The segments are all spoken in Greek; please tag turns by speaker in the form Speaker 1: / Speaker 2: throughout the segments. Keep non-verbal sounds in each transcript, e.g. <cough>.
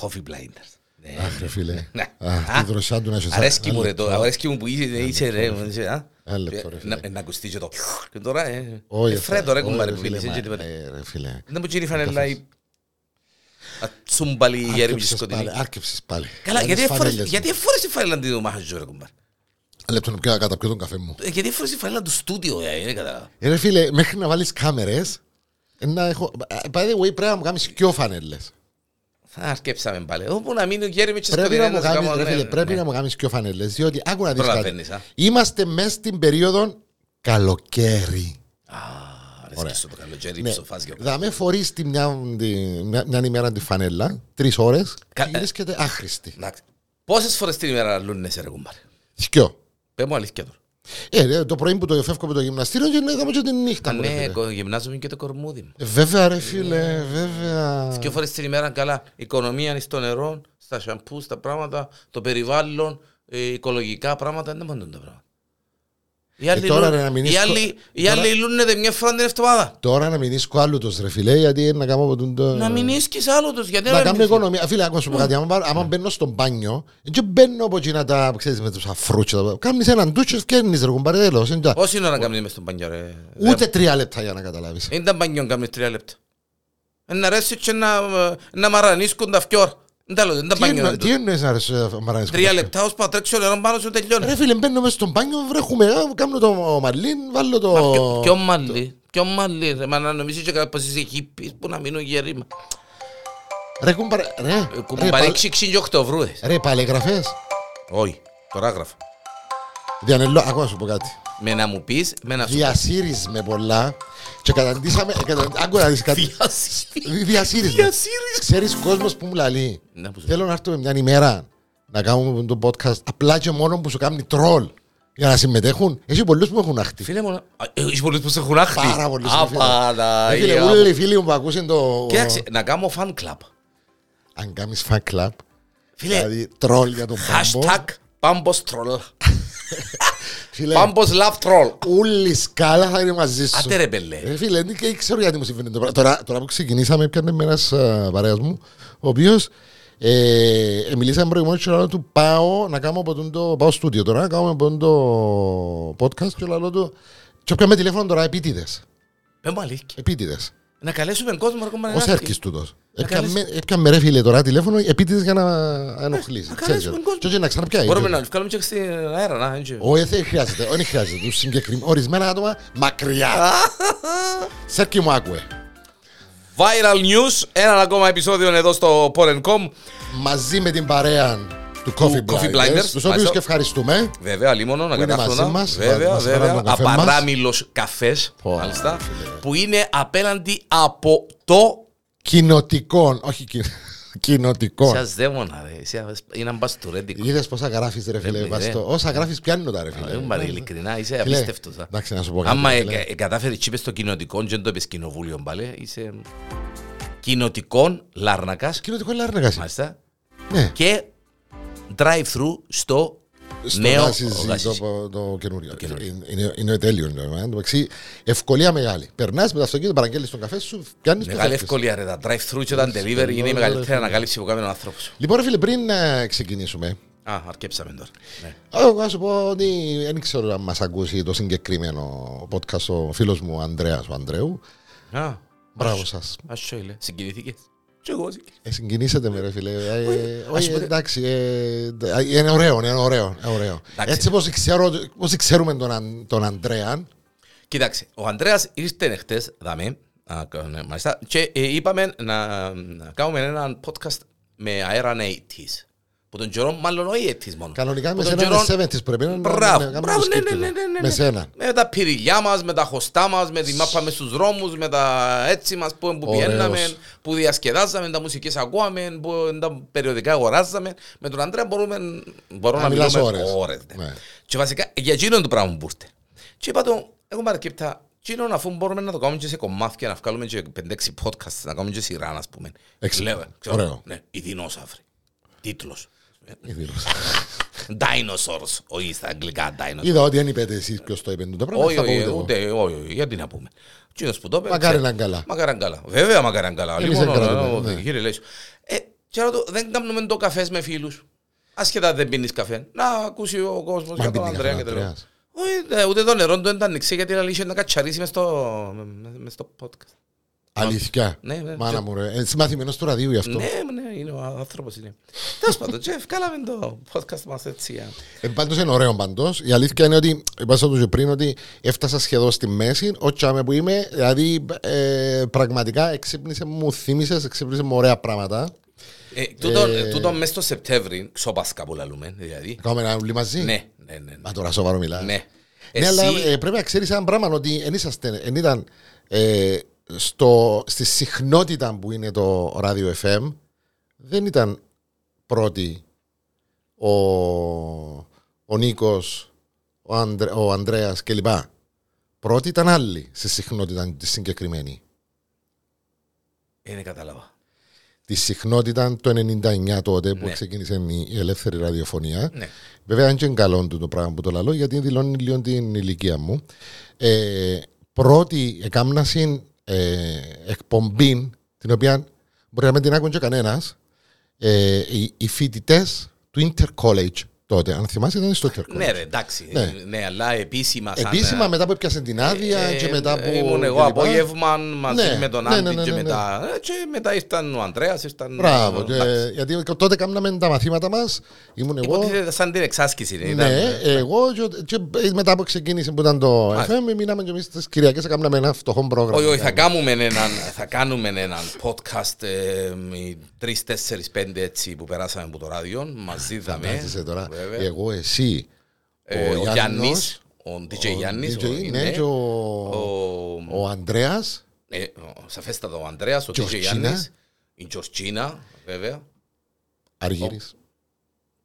Speaker 1: Coffee blinders. Ναι.
Speaker 2: Αχ, ρε φίλε.
Speaker 1: <laughs> Ναι.
Speaker 2: Αχ,
Speaker 1: Α,
Speaker 2: τη δροσιά του να σου
Speaker 1: Αρέσκει
Speaker 2: Ένα
Speaker 1: μου ρε
Speaker 2: λεπτό.
Speaker 1: τώρα, αρέσκει μου που είσαι, είσαι ρε. μου, είσαι, α. Ε,
Speaker 2: Ένα λεπτό, ρε, φίλε.
Speaker 1: Να- Να ακουστεί και το <laughs> και τώρα, ε.
Speaker 2: Όχι,
Speaker 1: ε,
Speaker 2: ρε,
Speaker 1: Φρέτο ρε
Speaker 2: όχι,
Speaker 1: κουμπάρε
Speaker 2: ρε,
Speaker 1: που
Speaker 2: φίλε,
Speaker 1: μιλήσεις,
Speaker 2: μα,
Speaker 1: και τίποτα.
Speaker 2: ε, ρε, φίλε.
Speaker 1: Δεν μου γίνει η φανελά η ατσούμπαλη η γέρμη και
Speaker 2: Άρκεψες
Speaker 1: σκοτεινή.
Speaker 2: πάλι, άρκεψες πάλι.
Speaker 1: Καλά,
Speaker 2: Κάνεις
Speaker 1: γιατί εφόρεσε
Speaker 2: φανέλες μου.
Speaker 1: γιατί εφόρεσε η φανελά του Μαχαζού ρε κουμπάρε.
Speaker 2: Ένα λεπτό να πιω- καταπιώ τον καφέ μου.
Speaker 1: Ε, Γιατί εφόρεσε η φανελά του στούντιο, ε, είναι κατά.
Speaker 2: Ε, Ρε φίλε, μέχρι να βάλεις κάμερες, ε, να έχω... By the way, πρέπει να μου κάνεις πιο φανέλες.
Speaker 1: Θα αρκέψαμε πάλι. Όπου να μείνει ο Γέρμι και
Speaker 2: Πρέπει
Speaker 1: σκοτεινή,
Speaker 2: να μου
Speaker 1: να σε
Speaker 2: κάνεις,
Speaker 1: κάνω,
Speaker 2: ρε
Speaker 1: ναι,
Speaker 2: φίλε,
Speaker 1: ναι.
Speaker 2: πρέπει να μου κάνεις πιο φανέλες, διότι άκου να δεις κάτι.
Speaker 1: Προλαβαίνεις, α.
Speaker 2: Είμαστε μέσα στην περίοδο καλοκαίρι.
Speaker 1: Αρέσκει σου το καλοκαίρι,
Speaker 2: Ναι.
Speaker 1: ψοφάζιο.
Speaker 2: Δαμε φορείς τη μια, τη- μια- μιαν ημέρα τη φανέλα, τρεις ώρες, και
Speaker 1: Κα- ε.
Speaker 2: γυρίσκεται άχρηστη.
Speaker 1: Να- Πόσες φορές την ημέρα λούνεσαι ρε κουμπάρε.
Speaker 2: Δυο.
Speaker 1: Πες μου αλήθεια τώρα.
Speaker 2: Ε, ρε, το πρωί που το φεύγω με το γυμναστήριο και ναι, έκαμε και την νύχτα
Speaker 1: Α,
Speaker 2: μου. ρε,
Speaker 1: Ναι,
Speaker 2: φίλε.
Speaker 1: κο- Ναι. γυμνάζομαι και το κορμούδι μου.
Speaker 2: Ε, Βέβαια ρε φίλε, βέβαια.
Speaker 1: Δυο φορές την ημέρα καλά. Οικονομία είναι στο νερό, στα σαμπού, στα πράγματα, το περιβάλλον, ε, οικολογικά πράγματα. Δεν μπορούν τα πράγματα. Οι άλλοι
Speaker 2: Ε, τώρα,
Speaker 1: λούν-
Speaker 2: ρε, να μην
Speaker 1: οι
Speaker 2: είσαι-
Speaker 1: άλλοι- Οι
Speaker 2: τώρα-
Speaker 1: άλλοι λούνεται μια φορά την εβδομάδα.
Speaker 2: Τώρα να μην είσαι άλλο τους ρε φίλε, γιατί είναι να κάνω από τον... το-
Speaker 1: Να μην ίσκεις άλλο τους. Γιατί
Speaker 2: Ε. Να
Speaker 1: ρε, Ναι.
Speaker 2: κάνω
Speaker 1: μην-
Speaker 2: οικονομία. Φίλε, άκουσα σου πω κάτι. άμα πά- Άμα μπαίνω στο μπάνιο, και μπαίνω από εκείνα τα, ξέρεις, με τους αφρούτσια. τα- Κάνεις έναν ντουτσο, φκένεις ρε κουμπάρε, τέλος. Είναι τα-
Speaker 1: Όση ώρα να κάνεις μες στον πανιό ρε.
Speaker 2: Ούτε τρία λεπτά για να καταλάβεις.
Speaker 1: Δεν ήταν πανιό να κάνεις τρία λεπτά. Ε, Να αρέσει και να, ε, να μαρανίσκουν τα φτιόρ. Δεν τα λέω, δεν ήταν
Speaker 2: Τι
Speaker 1: πανιό.
Speaker 2: εννο-
Speaker 1: είναι
Speaker 2: Τι
Speaker 1: τούτο.
Speaker 2: εννοείς να αρέσει, ε, Μαράνης,
Speaker 1: Τρία
Speaker 2: κουμπάρε.
Speaker 1: λεπτά, ως πατρέξω νερό πάνω σου τελειώνει.
Speaker 2: Ρε φίλε, μπαίνω μέσα στο μπάνιο, βρέχουμε, α, κάνω το μαλλίν, βάλω το...
Speaker 1: Μα ποιο- Ποιο μαλλί, ποιο μαλλί ρε, μα να νομίζεις και πως είσαι χίπης που να μείνουν γεροί μα.
Speaker 2: Ρε κουμπάρε, ρε,
Speaker 1: Ε,
Speaker 2: ρε,
Speaker 1: Κουμπάρι
Speaker 2: πα-
Speaker 1: ξυξήν και οκτωβρούες.
Speaker 2: ρε, παλεγραφές.
Speaker 1: Όχι, τώρα γράφω.
Speaker 2: Διανελώ, ακούω να σου πω κάτι.
Speaker 1: Με να μου πεις, με να σου
Speaker 2: Διασύρεις με πολλά και καταντήσαμε, κατα- άκου να δεις κάτι.
Speaker 1: Διασύρι.
Speaker 2: Διασύρεις με.
Speaker 1: Διασύρι.
Speaker 2: Ξέρεις κόσμος που μου λαλεί.
Speaker 1: Να που σου-
Speaker 2: Θέλω να έρθουμε μια ημέρα να κάνουμε το podcast απλά και μόνο που σου κάνει τρόλ για να συμμετέχουν. Έχει πολλούς που έχουν αχτεί.
Speaker 1: Φίλε μου, να- Α, ε, είσαι πολλούς που σε έχουν άχτη.
Speaker 2: Πάρα πολλούς. ρε φίλε. Ρε
Speaker 1: Απαναγία
Speaker 2: Φίλε,
Speaker 1: μου.
Speaker 2: όλοι οι φίλοι μου που ακούσαν το...
Speaker 1: Κοίταξε, να κάνω fan club.
Speaker 2: Αν κάνεις fan club,
Speaker 1: Φίλε,
Speaker 2: δηλαδή τρόλ για τον Πάμπο.
Speaker 1: hashtag πάμπος troll.
Speaker 2: Φίλε,
Speaker 1: Πάμπος love troll.
Speaker 2: όλη η σκάλα θα είναι μαζί Ναι. σου.
Speaker 1: Άντε ρε μπελέ.
Speaker 2: Ρε φίλε, δεν και ξέρω γιατί μου συμβαίνει το πράγμα. Τώρα, τώρα που ξεκινήσαμε, πιάνε με ένας α, παρέας μου, ο οποίος ε, ε, μιλήσαμε προηγουμένως και λέω του πάω να κάνω από τον το, πάω στούντιο τώρα, να κάνω από τον το podcast και λέω του και πιάνε τηλέφωνο τώρα επίτηδες,
Speaker 1: Πες μου αλήθεια.
Speaker 2: επίτηδες.
Speaker 1: Ε, Να καλέσουμε κόσμο ακόμα Ε, να
Speaker 2: Ως
Speaker 1: έρθει.
Speaker 2: έρχης τούτος.
Speaker 1: Να
Speaker 2: Έπιαμε-
Speaker 1: καλέσεις-
Speaker 2: Έπιαμε ρε φίλε τώρα τηλέφωνο επίτηδες για να ενοχλήσει.
Speaker 1: να
Speaker 2: Ξέρεις,
Speaker 1: καλέσουμε κόσμο.
Speaker 2: Και όχι να ξαναπιάει.
Speaker 1: Μπορούμε
Speaker 2: έτσι.
Speaker 1: να βγάλουμε και στην αέρα, να, έτσι.
Speaker 2: Όχι, δεν χρειάζεται. Όχι, χρειάζεται. Τους συγκεκριμέ- Ορισμένα άτομα
Speaker 1: <laughs>
Speaker 2: μακριά. Σέρκι μου άκουε.
Speaker 1: Viral News, ένα ακόμα επεισόδιο εδώ στο Porencom.
Speaker 2: μαζί με την παρέα του Coffee
Speaker 1: Coffee
Speaker 2: Blinders,
Speaker 1: Blinders,
Speaker 2: τους οποίους
Speaker 1: μάλιστα.
Speaker 2: και ευχαριστούμε.
Speaker 1: Βέβαια, λίμωνο, να
Speaker 2: Που είναι
Speaker 1: κατάφερα.
Speaker 2: μαζί μας,
Speaker 1: βέβαια,
Speaker 2: μας
Speaker 1: βέβαια.
Speaker 2: φέραν τον καφέ μας.
Speaker 1: Απαράμιλος καφές,
Speaker 2: Πω,
Speaker 1: μάλιστα.
Speaker 2: φίλε.
Speaker 1: Που είναι απέναντι από το.
Speaker 2: Κοινοτικών, όχι κοι... <laughs> κοινοτικών.
Speaker 1: Σας δαίμονα, ρε. εσύ ας- Είναι μπαστούρεντικο.
Speaker 2: Είδες πόσα γράφεις ρε φίλε,
Speaker 1: Ρε,
Speaker 2: Βαστό. Όσα γράφεις πιάνουν τα ρε φίλε. Ε,
Speaker 1: Δεν μ' ειλικρινά, είσαι
Speaker 2: Φίλε,
Speaker 1: απίστευτος.
Speaker 2: Εντάξει, να σου πω κάτι.
Speaker 1: Άμα
Speaker 2: ρε,
Speaker 1: ε,
Speaker 2: φίλε.
Speaker 1: ε, κατάφερε τσίπες στο κοινοτικό, δεν το είπες κοινοβούλιο, μπαλέ, είσαι. Κοινοτικών Λάρνακα,
Speaker 2: Κοινοτικό είναι άρνεγας.
Speaker 1: μάλιστα.
Speaker 2: Ναι,
Speaker 1: Και drive-through στο,
Speaker 2: στο
Speaker 1: νέο
Speaker 2: Γάσιζι,
Speaker 1: Γάσιζι.
Speaker 2: το, το καινούριο.
Speaker 1: καινούριο.
Speaker 2: Είναι- Είναι, είναι τέλειο. είναι, ε, εντάξει, Ευκολία μεγάλη. Περνάς με το αυτοκίνητο, παραγγέλνεις τον καφέ σου, πιάνεις το
Speaker 1: Μεγάλη
Speaker 2: καφέ σου.
Speaker 1: ευκολία ρε, τα drive-through και τα delivery είναι η
Speaker 2: Ευκολία,
Speaker 1: μεγαλύτερη
Speaker 2: ρε.
Speaker 1: ανακάλυψη που κάνει ο άνθρωπος.
Speaker 2: Λοιπόν, ρε φίλε, πριν ε, ξεκινήσουμε,
Speaker 1: Α, αρκέψαμε τώρα. Ναι.
Speaker 2: Εγώ θα σου πω ότι δεν ξέρω αν μας ακούσει το συγκεκριμένο podcast ο φίλος μου ο Ανδρέας ο Ανδρέου.
Speaker 1: Ναι. Α,
Speaker 2: Μπράβο σας.
Speaker 1: ας σου έλεγε. Συγκινήθηκες. Και εγώ συγκινήθηκα.
Speaker 2: Ε, συγκινήσατε με ρε φίλε. Ε, ε,
Speaker 1: ας
Speaker 2: Όχι,
Speaker 1: πούμε-
Speaker 2: εντάξει, ε, ε, είναι ωραίο, είναι ωραίο. είναι ωραίο.
Speaker 1: Εντάξει.
Speaker 2: Έτσι πως, ξέρω, πως ξέρουμε τον, Αν- τον Ανδρέα,
Speaker 1: Κοιτάξτε, ο Ανδρέας ήρθε χτες, δαμε, α, κα- ναι, μάλιστα, και ε, είπαμε να, να κάνουμε έναν podcast με αέραν 80s. Που τον καιρό, μάλλον όχι 80s μόνο.
Speaker 2: κανονικά
Speaker 1: Που
Speaker 2: με
Speaker 1: τον
Speaker 2: σένα
Speaker 1: καιρόν-
Speaker 2: είναι 70's πρέπει να να-
Speaker 1: Μπράβο,
Speaker 2: να κάνουμε
Speaker 1: μπράβο,
Speaker 2: το
Speaker 1: ναι, ναι,
Speaker 2: σκύπτικο.
Speaker 1: ναι, ναι, ναι.
Speaker 2: Με σένα.
Speaker 1: Με τα πυριλιά μας, με τα χωστά μας, με τη μάπα μες στους δρόμους, με τα έτσι μας που, που
Speaker 2: Ωραίος.
Speaker 1: πιέναμε, που διασκεδάζαμε, τα μουσικές ακούαμε, που τα περιοδικά αγοράζαμε. Με τον Αντρέα μπορούμε μπορώ
Speaker 2: Να
Speaker 1: να
Speaker 2: μιλάς
Speaker 1: μιλούμε
Speaker 2: ώρες.
Speaker 1: ναι.
Speaker 2: Ναι.
Speaker 1: Και βασικά για εκείνον το πράγμα που ήρθε. Και είπα του, εγώ παρακύπτα, εκείνον αφού μπορούμε να το κάνουμε και σε κομμάτια, να βγάλουμε και 5-6 podcasts, να κάνουμε και σειρά, ας πούμε.
Speaker 2: Έξι.
Speaker 1: Λέω,
Speaker 2: Ωραίο.
Speaker 1: Ναι, οι δεινόσαυροι. Τίτλος.
Speaker 2: Η δήλωση.
Speaker 1: Dinosaurs, όχι στα αγγλικά dinosaurs.
Speaker 2: Είδα ότι δεν είπετε εσείς ποιος το είπε το πράγμα.
Speaker 1: ε, Όχι,
Speaker 2: θα πω
Speaker 1: όχι,
Speaker 2: ούτε εγώ.
Speaker 1: ούτε, όχι, όχι, γιατί να πούμε. Τσίνος που το είπε.
Speaker 2: Μακάρι
Speaker 1: ξέρει.
Speaker 2: να είναι καλά.
Speaker 1: Μακάρι να είναι καλά. Βέβαια, μακάρι να είναι καλά.
Speaker 2: Εμείς
Speaker 1: Λοιπόν,
Speaker 2: δεν
Speaker 1: ο-
Speaker 2: κρατούμε,
Speaker 1: ο-
Speaker 2: ναι.
Speaker 1: κύριε Λέης. Ε, Και λέω του, δεν κάνουμε το καφές με φίλους. Ασχετά αν δεν πίνεις καφέ. Να ακούσει ο κόσμος
Speaker 2: Μα
Speaker 1: για τον
Speaker 2: πίνει καφέ
Speaker 1: Ανδρέα
Speaker 2: ο
Speaker 1: και τελείω.
Speaker 2: Ανδρέας.
Speaker 1: Ούτε το νερό του δεν τα ανοίξει γιατί να λύσει να κατσαρίσει μες στο- μες- μες στο podcast.
Speaker 2: Αλήθεια.
Speaker 1: Ναι, ναι.
Speaker 2: Μάνα μου, ρε. Ε, Είσαι μαθημένος του ραδίου γι' αυτό.
Speaker 1: Ναι, ναι, είναι ο άνθρωπος είναι. Τέλος πάντων, Τζεφ, κάναμε το podcast μας έτσι. α.
Speaker 2: Ε, πάντως είναι ωραίο πάντως. Η αλήθεια είναι ότι, είπα σας το και πριν, ότι έφτασα σχεδόν στη μέση. Ο τσάμε που είμαι, δηλαδή ε, πραγματικά εξύπνησε μου, θύμισες, εξύπνησε μου ωραία πράγματα.
Speaker 1: Ε, τούτον- Τούτον μέσα στο Σεπτέμβρη, ξοπάσκα που λαλούμε, δηλαδή.
Speaker 2: Κάνουμε ένα ούλι μαζί.
Speaker 1: Ναι, ναι, ναι. ναι.
Speaker 2: Μα τώρα σοβαρό μιλάς.
Speaker 1: Ναι.
Speaker 2: Ναι, αλλά
Speaker 1: Εσύ,
Speaker 2: ε, πρέπει να ξέρεις ένα πράγμα ότι δεν είσαστε, εν ήταν ε, στο, στη συχνότητα που είναι το ράδιο FM, δεν ήταν πρώτη ο, ο Νίκος, ο, Ανδρε, ο Ανδρέας κλπ. Πρώτη ήταν άλλη στη συχνότητα τη συγκεκριμένη.
Speaker 1: είναι Ε, ναι, κατάλαβα.
Speaker 2: Τη συχνότητα το 99 τότε που
Speaker 1: Ναι.
Speaker 2: ξεκίνησε η- η ελεύθερη ραδιοφωνία.
Speaker 1: Ναι.
Speaker 2: Βέβαια, αν και είναι καλό το πράγμα που το λαλώ, γιατί δηλώνει λίγο την ηλικία μου. Ε, πρώτη έκαμνα συν ε, εκπομπή, την οποία μπορεί να μην την άκουγε κανένας, ε, οι, οι φοιτητές του Intercollege τότε. Αν θυμάσαι, ήταν στο Intercollege.
Speaker 1: Ναι, ρε, εντάξει.
Speaker 2: Ναι.
Speaker 1: Ναι, αλλά επίσημα. σαν,
Speaker 2: Επίσημα,
Speaker 1: ε,
Speaker 2: μετά που έπιασε την άδεια
Speaker 1: ε,
Speaker 2: και μετά που.
Speaker 1: Ήμουν εγώ
Speaker 2: κλπ.
Speaker 1: απόγευμα μαζί
Speaker 2: Ναι,
Speaker 1: με τον
Speaker 2: ναι, ναι,
Speaker 1: Άντι
Speaker 2: ναι,
Speaker 1: και
Speaker 2: ναι, ναι.
Speaker 1: μετά. ε, Και μετά ήρθαν ο Ανδρέας, ήρθαν.
Speaker 2: Μπράβο. και-
Speaker 1: εντάξει.
Speaker 2: γιατί τότε κάναμε τα μαθήματα μας. Ήμουν εγώ.
Speaker 1: Υποτίθεται σαν την εξάσκηση. Ναι,
Speaker 2: Ναι,
Speaker 1: ήταν.
Speaker 2: εγώ και- και μετά που ξεκίνησε που ήταν το
Speaker 1: Μάλιστα.
Speaker 2: FM, μείναμε και εμείς τις Κυριακές, έκαναμε ένα φτωχό πρόγραμμα. Δηλαδή,
Speaker 1: Όχι, όχι, θα κάνουμε έναν, θα κάνουμε έναν podcast ε, οι τρεις, τέσσερις, πέντε έτσι που περάσαμε από το ράδιο. Μαζί δαμε.
Speaker 2: Φαντάζεσαι τώρα,
Speaker 1: βέβαια.
Speaker 2: εγώ, εσύ,
Speaker 1: Ε, ο,
Speaker 2: Γιάννος,
Speaker 1: Γιάννης, ο DJ
Speaker 2: ο
Speaker 1: Γιάννης,
Speaker 2: DJ,
Speaker 1: ο-
Speaker 2: ναι,
Speaker 1: είναι,
Speaker 2: και ο,
Speaker 1: ο-
Speaker 2: ο Ανδρέας,
Speaker 1: ε, ο- σαφέστατα ο Ανδρέας, ο DJ
Speaker 2: Τζορτζίνα.
Speaker 1: Γιάννης, η Τζορτζίνα, βέβαια,
Speaker 2: Αργύρης.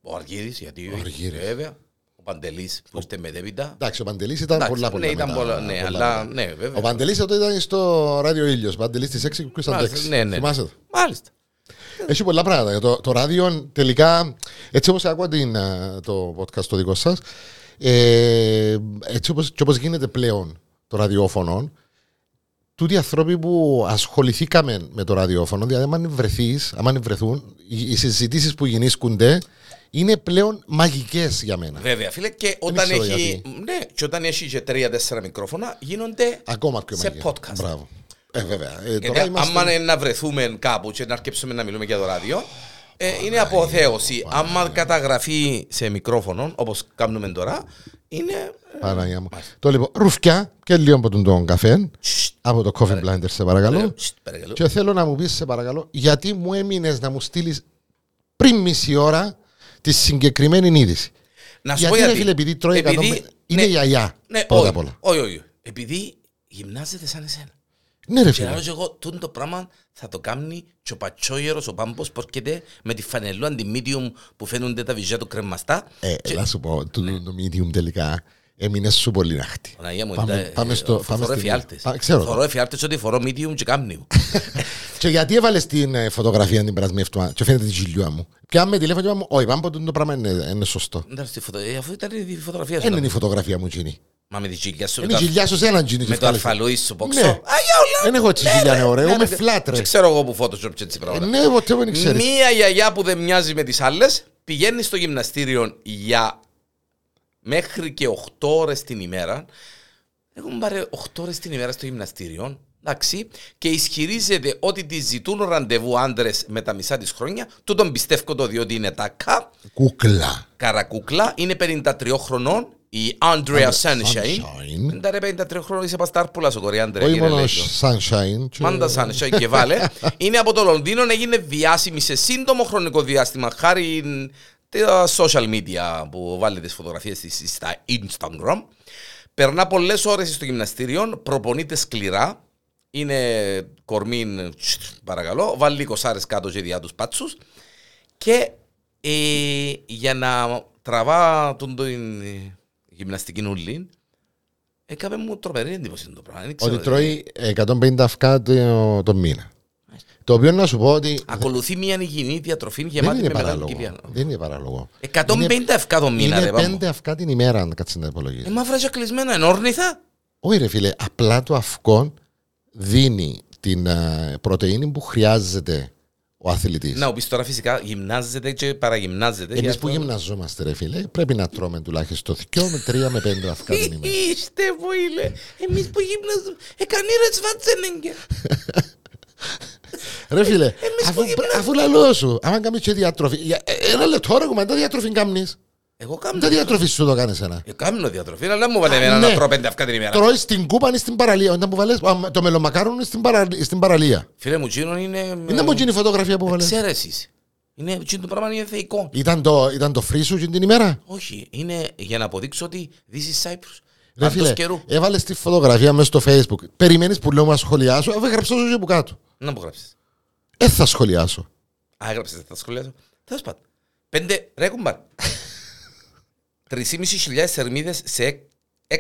Speaker 1: ο Αργύρης, γιατί
Speaker 2: Ο Αργύρης.
Speaker 1: βέβαια, ο Παντελής που είστε μετέπειτα.
Speaker 2: Εντάξει, ο Παντελής ήταν
Speaker 1: Εντάξει,
Speaker 2: πολλά πολλά
Speaker 1: ναι, ήταν
Speaker 2: μετά,
Speaker 1: πολλά, ναι,
Speaker 2: πολλά
Speaker 1: αλλά
Speaker 2: μετά.
Speaker 1: ναι, βέβαια.
Speaker 2: Ο Παντελής τότε ήταν στο ράδιο Ήλιος, Παντελής της 6 και ήταν
Speaker 1: Μάλιστα,
Speaker 2: 6.
Speaker 1: ναι, ναι.
Speaker 2: Θυμάσαι το.
Speaker 1: Μάλιστα.
Speaker 2: Έχει πολλά πράγματα. Το, το ράδιο τελικά, έτσι όπως άκουγα την, α, το podcast το δικό σας, ε, έτσι όπως, και όπως γίνεται πλέον το ραδιόφωνο, τούτοι οι άνθρωποι που ασχοληθήκαμε με το ραδιόφωνο, δηλαδή αν βρεθείς, αν βρεθούν, οι, οι συζητήσεις που γεννήσκονται είναι πλέον μαγικές για μένα.
Speaker 1: Βέβαια, φίλε, και όταν
Speaker 2: ξέρω
Speaker 1: έχει,
Speaker 2: γιατί.
Speaker 1: ναι, και όταν έχει και τρία-τέσσερα μικρόφωνα, γίνονται
Speaker 2: Ακόμα πιο
Speaker 1: σε
Speaker 2: μαγικές.
Speaker 1: podcast.
Speaker 2: Μπράβο. Ε, βέβαια. Ε, τώρα
Speaker 1: Γιατί
Speaker 2: είμαστε...
Speaker 1: άμα είναι να βρεθούμε κάπου και να αρκέψουμε να μιλούμε για το ράδιο, ε, είναι αποθέωση. Άμα καταγραφεί σε μικρόφωνο, όπως κάνουμε τώρα, είναι...
Speaker 2: Παναγία μου. Το λοιπόν, ρουφιά και λίγο από τον, τον καφέ,
Speaker 1: Τσσσ,
Speaker 2: από το Coffee Blinders, σε παρακαλώ.
Speaker 1: τσσ, παρακαλώ.
Speaker 2: Και θέλω να μου πεις σε παρακαλώ, γιατί μου έμεινες να μου στείλεις πριν μισή ώρα τη συγκεκριμένη είδηση.
Speaker 1: Να σου πω
Speaker 2: γιατί ρε
Speaker 1: γιατί.
Speaker 2: φίλε, επειδή τρώει
Speaker 1: Επειδή-
Speaker 2: 150 Είναι
Speaker 1: ναι,
Speaker 2: γιαγιά.
Speaker 1: ναι,
Speaker 2: πρώτα
Speaker 1: όχι,
Speaker 2: απ' όλα.
Speaker 1: Όχι, όχι. Επειδή γυμνάζεται σαν εσένα.
Speaker 2: Ναι, ρε
Speaker 1: Και λέω
Speaker 2: φίλε.
Speaker 1: και εγώ, τούτο το πράγμα θα το κάνει και ο πατσόγερος, ο πάμπος, που έρχεται με τη φανελού αντιμίδιουμ που φαίνονται τα βυζιά του κρεμμαστά.
Speaker 2: Ε,
Speaker 1: Και- Ναι.
Speaker 2: Να σου πω, το, το, το medium τελικά έμεινε σου πολύ ναχτή.
Speaker 1: Παναγία μου,
Speaker 2: Πάμε-
Speaker 1: ήταν-
Speaker 2: πάμε
Speaker 1: ε,
Speaker 2: στο-
Speaker 1: θω-
Speaker 2: πάμε
Speaker 1: θωρώ
Speaker 2: στην-
Speaker 1: εφιάλτες.
Speaker 2: Πα- ξέρω.
Speaker 1: Θωρώ εφιάλτες ότι φορώ medium και
Speaker 2: <laughs>
Speaker 1: κάμνιου.
Speaker 2: Και γιατί έβαλες την ε, φωτογραφία την περασμένη εβδομάδα, και φαίνεται τη γυλιά μου. Πιάμε με τηλέφωνο και είπαμε, Όχι, πάμε το πράγμα είναι, είναι σωστό.
Speaker 1: Εντάξει, τη φωτο- ε, Αφού ήταν η φωτογραφία σου.
Speaker 2: Δεν
Speaker 1: ήταν.
Speaker 2: είναι η φωτογραφία μου, Τζίνι.
Speaker 1: Μα ναι. με τη γυλιά σου. με
Speaker 2: Είναι η
Speaker 1: το-
Speaker 2: γυλιά σου σε έναν Τζίνι.
Speaker 1: Με το αλφαλούι σου πόξο. Α, για όλα.
Speaker 2: Δεν έχω έτσι
Speaker 1: Ναι,
Speaker 2: γυλιά,
Speaker 1: ρε,
Speaker 2: ναι, ωραίο,
Speaker 1: ναι,
Speaker 2: είμαι
Speaker 1: ρε.
Speaker 2: flat, ρε.
Speaker 1: Δεν ξέρω εγώ που Photoshop και έτσι
Speaker 2: Ε,
Speaker 1: πράγματα.
Speaker 2: Ναι, ποτέ δεν ξέρεις.
Speaker 1: Μία γιαγιά που δεν μοιάζει με τις άλλες πηγαίνει στο γυμναστήριο για μέχρι και 8 ώρες την ημέρα. Έχουν πάρει 8 ώρες την ημέρα στο γυμναστήριο. Εντάξει, και ισχυρίζεται ότι τη ζητούν ραντεβού άντρες με τα μισά της χρόνια. Τούτον πιστεύω το διότι είναι τάκα.
Speaker 2: Κούκλα.
Speaker 1: Καρακούκλα είναι 53 χρονών. Η Άντρια Sunshine.
Speaker 2: Sunshine.
Speaker 1: Δεν τα ρε 53 χρονών είσαι παστάρπουλα ο κορή Άντρια.
Speaker 2: Όχι
Speaker 1: κύριε
Speaker 2: μόνο
Speaker 1: Λέγκο.
Speaker 2: Sunshine. και-
Speaker 1: Μάντα σαν Sunshine και βάλε. Είναι από το Λονδίνο, έγινε διάσημη σε σύντομο χρονικό διάστημα χάρη τα social media που βάλει τις φωτογραφίες της στα Instagram. Περνά πολλές ώρες στο γυμναστήριο, προπονείται σκληρά, είναι κορμίν, τσ, παρακαλώ, βάλει κοσάρες κάτω και διά τους πάτσους και ε, για να τραβά τον την γυμναστική νουλή, έκαμε μου τρομερή εντύπωση το πράγμα. Δεν ξέρω,
Speaker 2: Ότι
Speaker 1: ε,
Speaker 2: τρώει 150 αυγά το, το μήνα. Το οποίο να σου πω ότι
Speaker 1: Ακολουθεί μια υγιεινή διατροφή
Speaker 2: δεν
Speaker 1: γεμάτη
Speaker 2: είναι
Speaker 1: με
Speaker 2: παράλογο.
Speaker 1: μεταλλική διατροφή.
Speaker 2: Δεν είναι παράλογο.
Speaker 1: 150 ευκά το μήνα, ρε
Speaker 2: Είναι
Speaker 1: πάμε.
Speaker 2: 5 αυγά την ημέρα, αν κάτσεις να
Speaker 1: Ε,
Speaker 2: υπολογίσεις.
Speaker 1: μαύρα και κλεισμένα, ενόρνηθα.
Speaker 2: Όχι ρε φίλε, απλά το αυγό δίνει την α, πρωτεΐνη που ε, χρειάζεται ο ο αθλητής.
Speaker 1: Να, ο πει τώρα φυσικά γυμνάζεται και παραγυμνάζεται. γι'
Speaker 2: Εμείς
Speaker 1: αυτό-
Speaker 2: που γυμναζόμαστε, ρε φίλε, πρέπει να τρώμε τουλάχιστον 2 με 3 με 5
Speaker 1: <laughs>
Speaker 2: αυκά την
Speaker 1: Ε,
Speaker 2: ημέρα.
Speaker 1: Είστε βοήλε. Εμείς που γυμνάζουμε. Εκανή ρε Σβάτσενεγκερ.
Speaker 2: Ρε φίλε,
Speaker 1: εμείς
Speaker 2: αφού,
Speaker 1: που γυμνα-
Speaker 2: αφού λαλό σου, άμα κάνεις και διατροφή. για- ε, Ένα λεπτό ρε κουμάντα διατροφή κάνεις.
Speaker 1: Εγώ κάνω.
Speaker 2: Δεν διατροφή σου το κάνεις ένα.
Speaker 1: Ε, Κάνω διατροφή, αλλά μου βάλε εμένα
Speaker 2: ναι.
Speaker 1: να τρώω πέντε αυκά την ημέρα.
Speaker 2: Τρώεις στην κούπα ή στην παραλία. Όταν που βάλες α, το μελομακάρονο στην, παρα- στην παραλία.
Speaker 1: Φίλε μου, τσίνον είναι.
Speaker 2: Είναι από εκείνη η φωτογραφία
Speaker 1: ε,
Speaker 2: που βάλες.
Speaker 1: Εξαίρεσης. Είναι, τσίνον το πράγμα είναι θεϊκό.
Speaker 2: Ήταν το, ήταν το free σου εκείνη την ημέρα.
Speaker 1: Όχι, είναι για να αποδείξω ότι this is Cyprus.
Speaker 2: Ρε
Speaker 1: Αντός
Speaker 2: φίλε,
Speaker 1: καιρού.
Speaker 2: έβαλες τη φωτογραφία μέσα στο facebook. Περιμένεις που λέω να σχολιάσω, Ε, αφού έγραψα σου και από κάτω.
Speaker 1: Να μου γράψεις.
Speaker 2: Ε, θα σχολιάσω.
Speaker 1: Α, έγραψες τα σχολεία σου. Τέλος πάντων. Πέντε, ρε κουμπάρ. 3.500 θερμίδες σε 6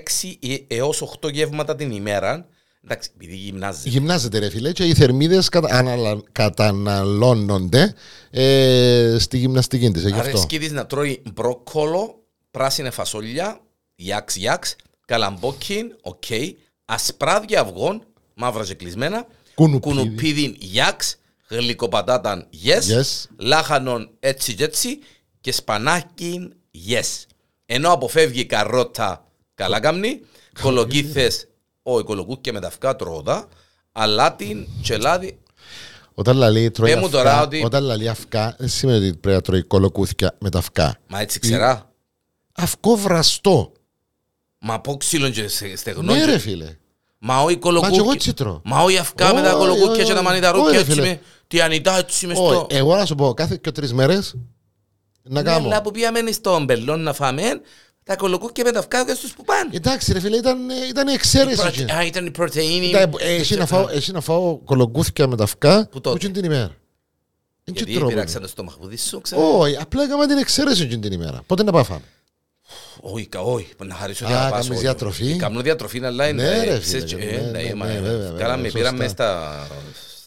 Speaker 1: έως 8 γεύματα την ημέρα. Εντάξει, επειδή γυμνάζεσαι.
Speaker 2: Γυμνάζεται ρε φίλε και οι θερμίδες κατα... αναλα- καταναλώνονται ε, στη γυμναστική της. ε, γι'
Speaker 1: Άρα
Speaker 2: αυτό.
Speaker 1: σκύδης να τρώει μπρόκολο, πράσινα φασόλια, γιάξ γιάξ, καλαμπόκιν, οκ, ασπράδια αυγών, μαύρα και κλεισμένα,
Speaker 2: Κουνουπίδι.
Speaker 1: κουνουπίδιν γιάξ, γλυκοπατάταν yes,
Speaker 2: Yes.
Speaker 1: λάχανον έτσι και έτσι και σπανάκιν yes. Ενώ αποφεύγει καρότα καλά καμνή, κολοκύθες, ο κολοκού και μεταυκά τρώωτα, αλάτι, τσελάδι,
Speaker 2: Όταν λαλεί τρώει
Speaker 1: Πες μου
Speaker 2: αυκά,
Speaker 1: τώρα ότι-
Speaker 2: όταν λαλεί αυκά, δεν σημαίνει ότι πρέπει να τρώει κολοκούθια με τα αυκά.
Speaker 1: μα έτσι ξερά.
Speaker 2: Αυκό βραστό.
Speaker 1: Μα από ξύλο και στε- στεγνό
Speaker 2: Ναι
Speaker 1: και
Speaker 2: ρε φίλε.
Speaker 1: Μα όχι
Speaker 2: Μα και εγώ
Speaker 1: κολοκούκι.
Speaker 2: έτσι τρώω.
Speaker 1: Μα όχι αυκά με τα
Speaker 2: Όχι,
Speaker 1: κολοκούκια
Speaker 2: όχι,
Speaker 1: και τα
Speaker 2: όχι.
Speaker 1: μανιταρούκια
Speaker 2: Όχι,
Speaker 1: έτσι
Speaker 2: φίλε.
Speaker 1: με τι ανιτά έτσι μες
Speaker 2: Όχι,
Speaker 1: στο...
Speaker 2: ε, εγώ να σου πω κάθε και τρεις μέρες
Speaker 1: Ναι,
Speaker 2: να κάνω.
Speaker 1: αλλά που πήγαμε στο μπελόν να φάμε τα κολοκούκια με τα αυκάδια στους που πάνε.
Speaker 2: Εντάξει ρε φίλε, ήταν, ε, ήταν η εξαίρεση.
Speaker 1: Πρωτε-
Speaker 2: εκείνη.
Speaker 1: Α, ήταν η πρωτεΐνη.
Speaker 2: Ήταν- ε, Εσύ να φάω- εσύ να φάω κολοκούθια με τα αυκά
Speaker 1: Που
Speaker 2: που
Speaker 1: τότε.
Speaker 2: εκείνη την ημέρα. Δεν και
Speaker 1: Γιατί
Speaker 2: τρώω.
Speaker 1: πειράξαν το στόμα που σου ξέρω.
Speaker 2: Όχι, ε, απλά έκανα την εξαίρεση εκείνη την ημέρα. Πότε να πάω φάμε.
Speaker 1: Όχι, κα- όχι, να χαρίσω
Speaker 2: Α,
Speaker 1: για να πάσω.
Speaker 2: κάνεις
Speaker 1: όχι.
Speaker 2: διατροφή.
Speaker 1: Κάνω διατροφή, αλλά είναι...
Speaker 2: Ναι, ρε,
Speaker 1: ε,
Speaker 2: φίλε,
Speaker 1: ξέρεις,
Speaker 2: ναι,
Speaker 1: ε,
Speaker 2: ναι,
Speaker 1: ναι, μα,
Speaker 2: ναι, βέβαια, βέβαια,
Speaker 1: Κάναμε,
Speaker 2: σωστά.
Speaker 1: πήραμε στα...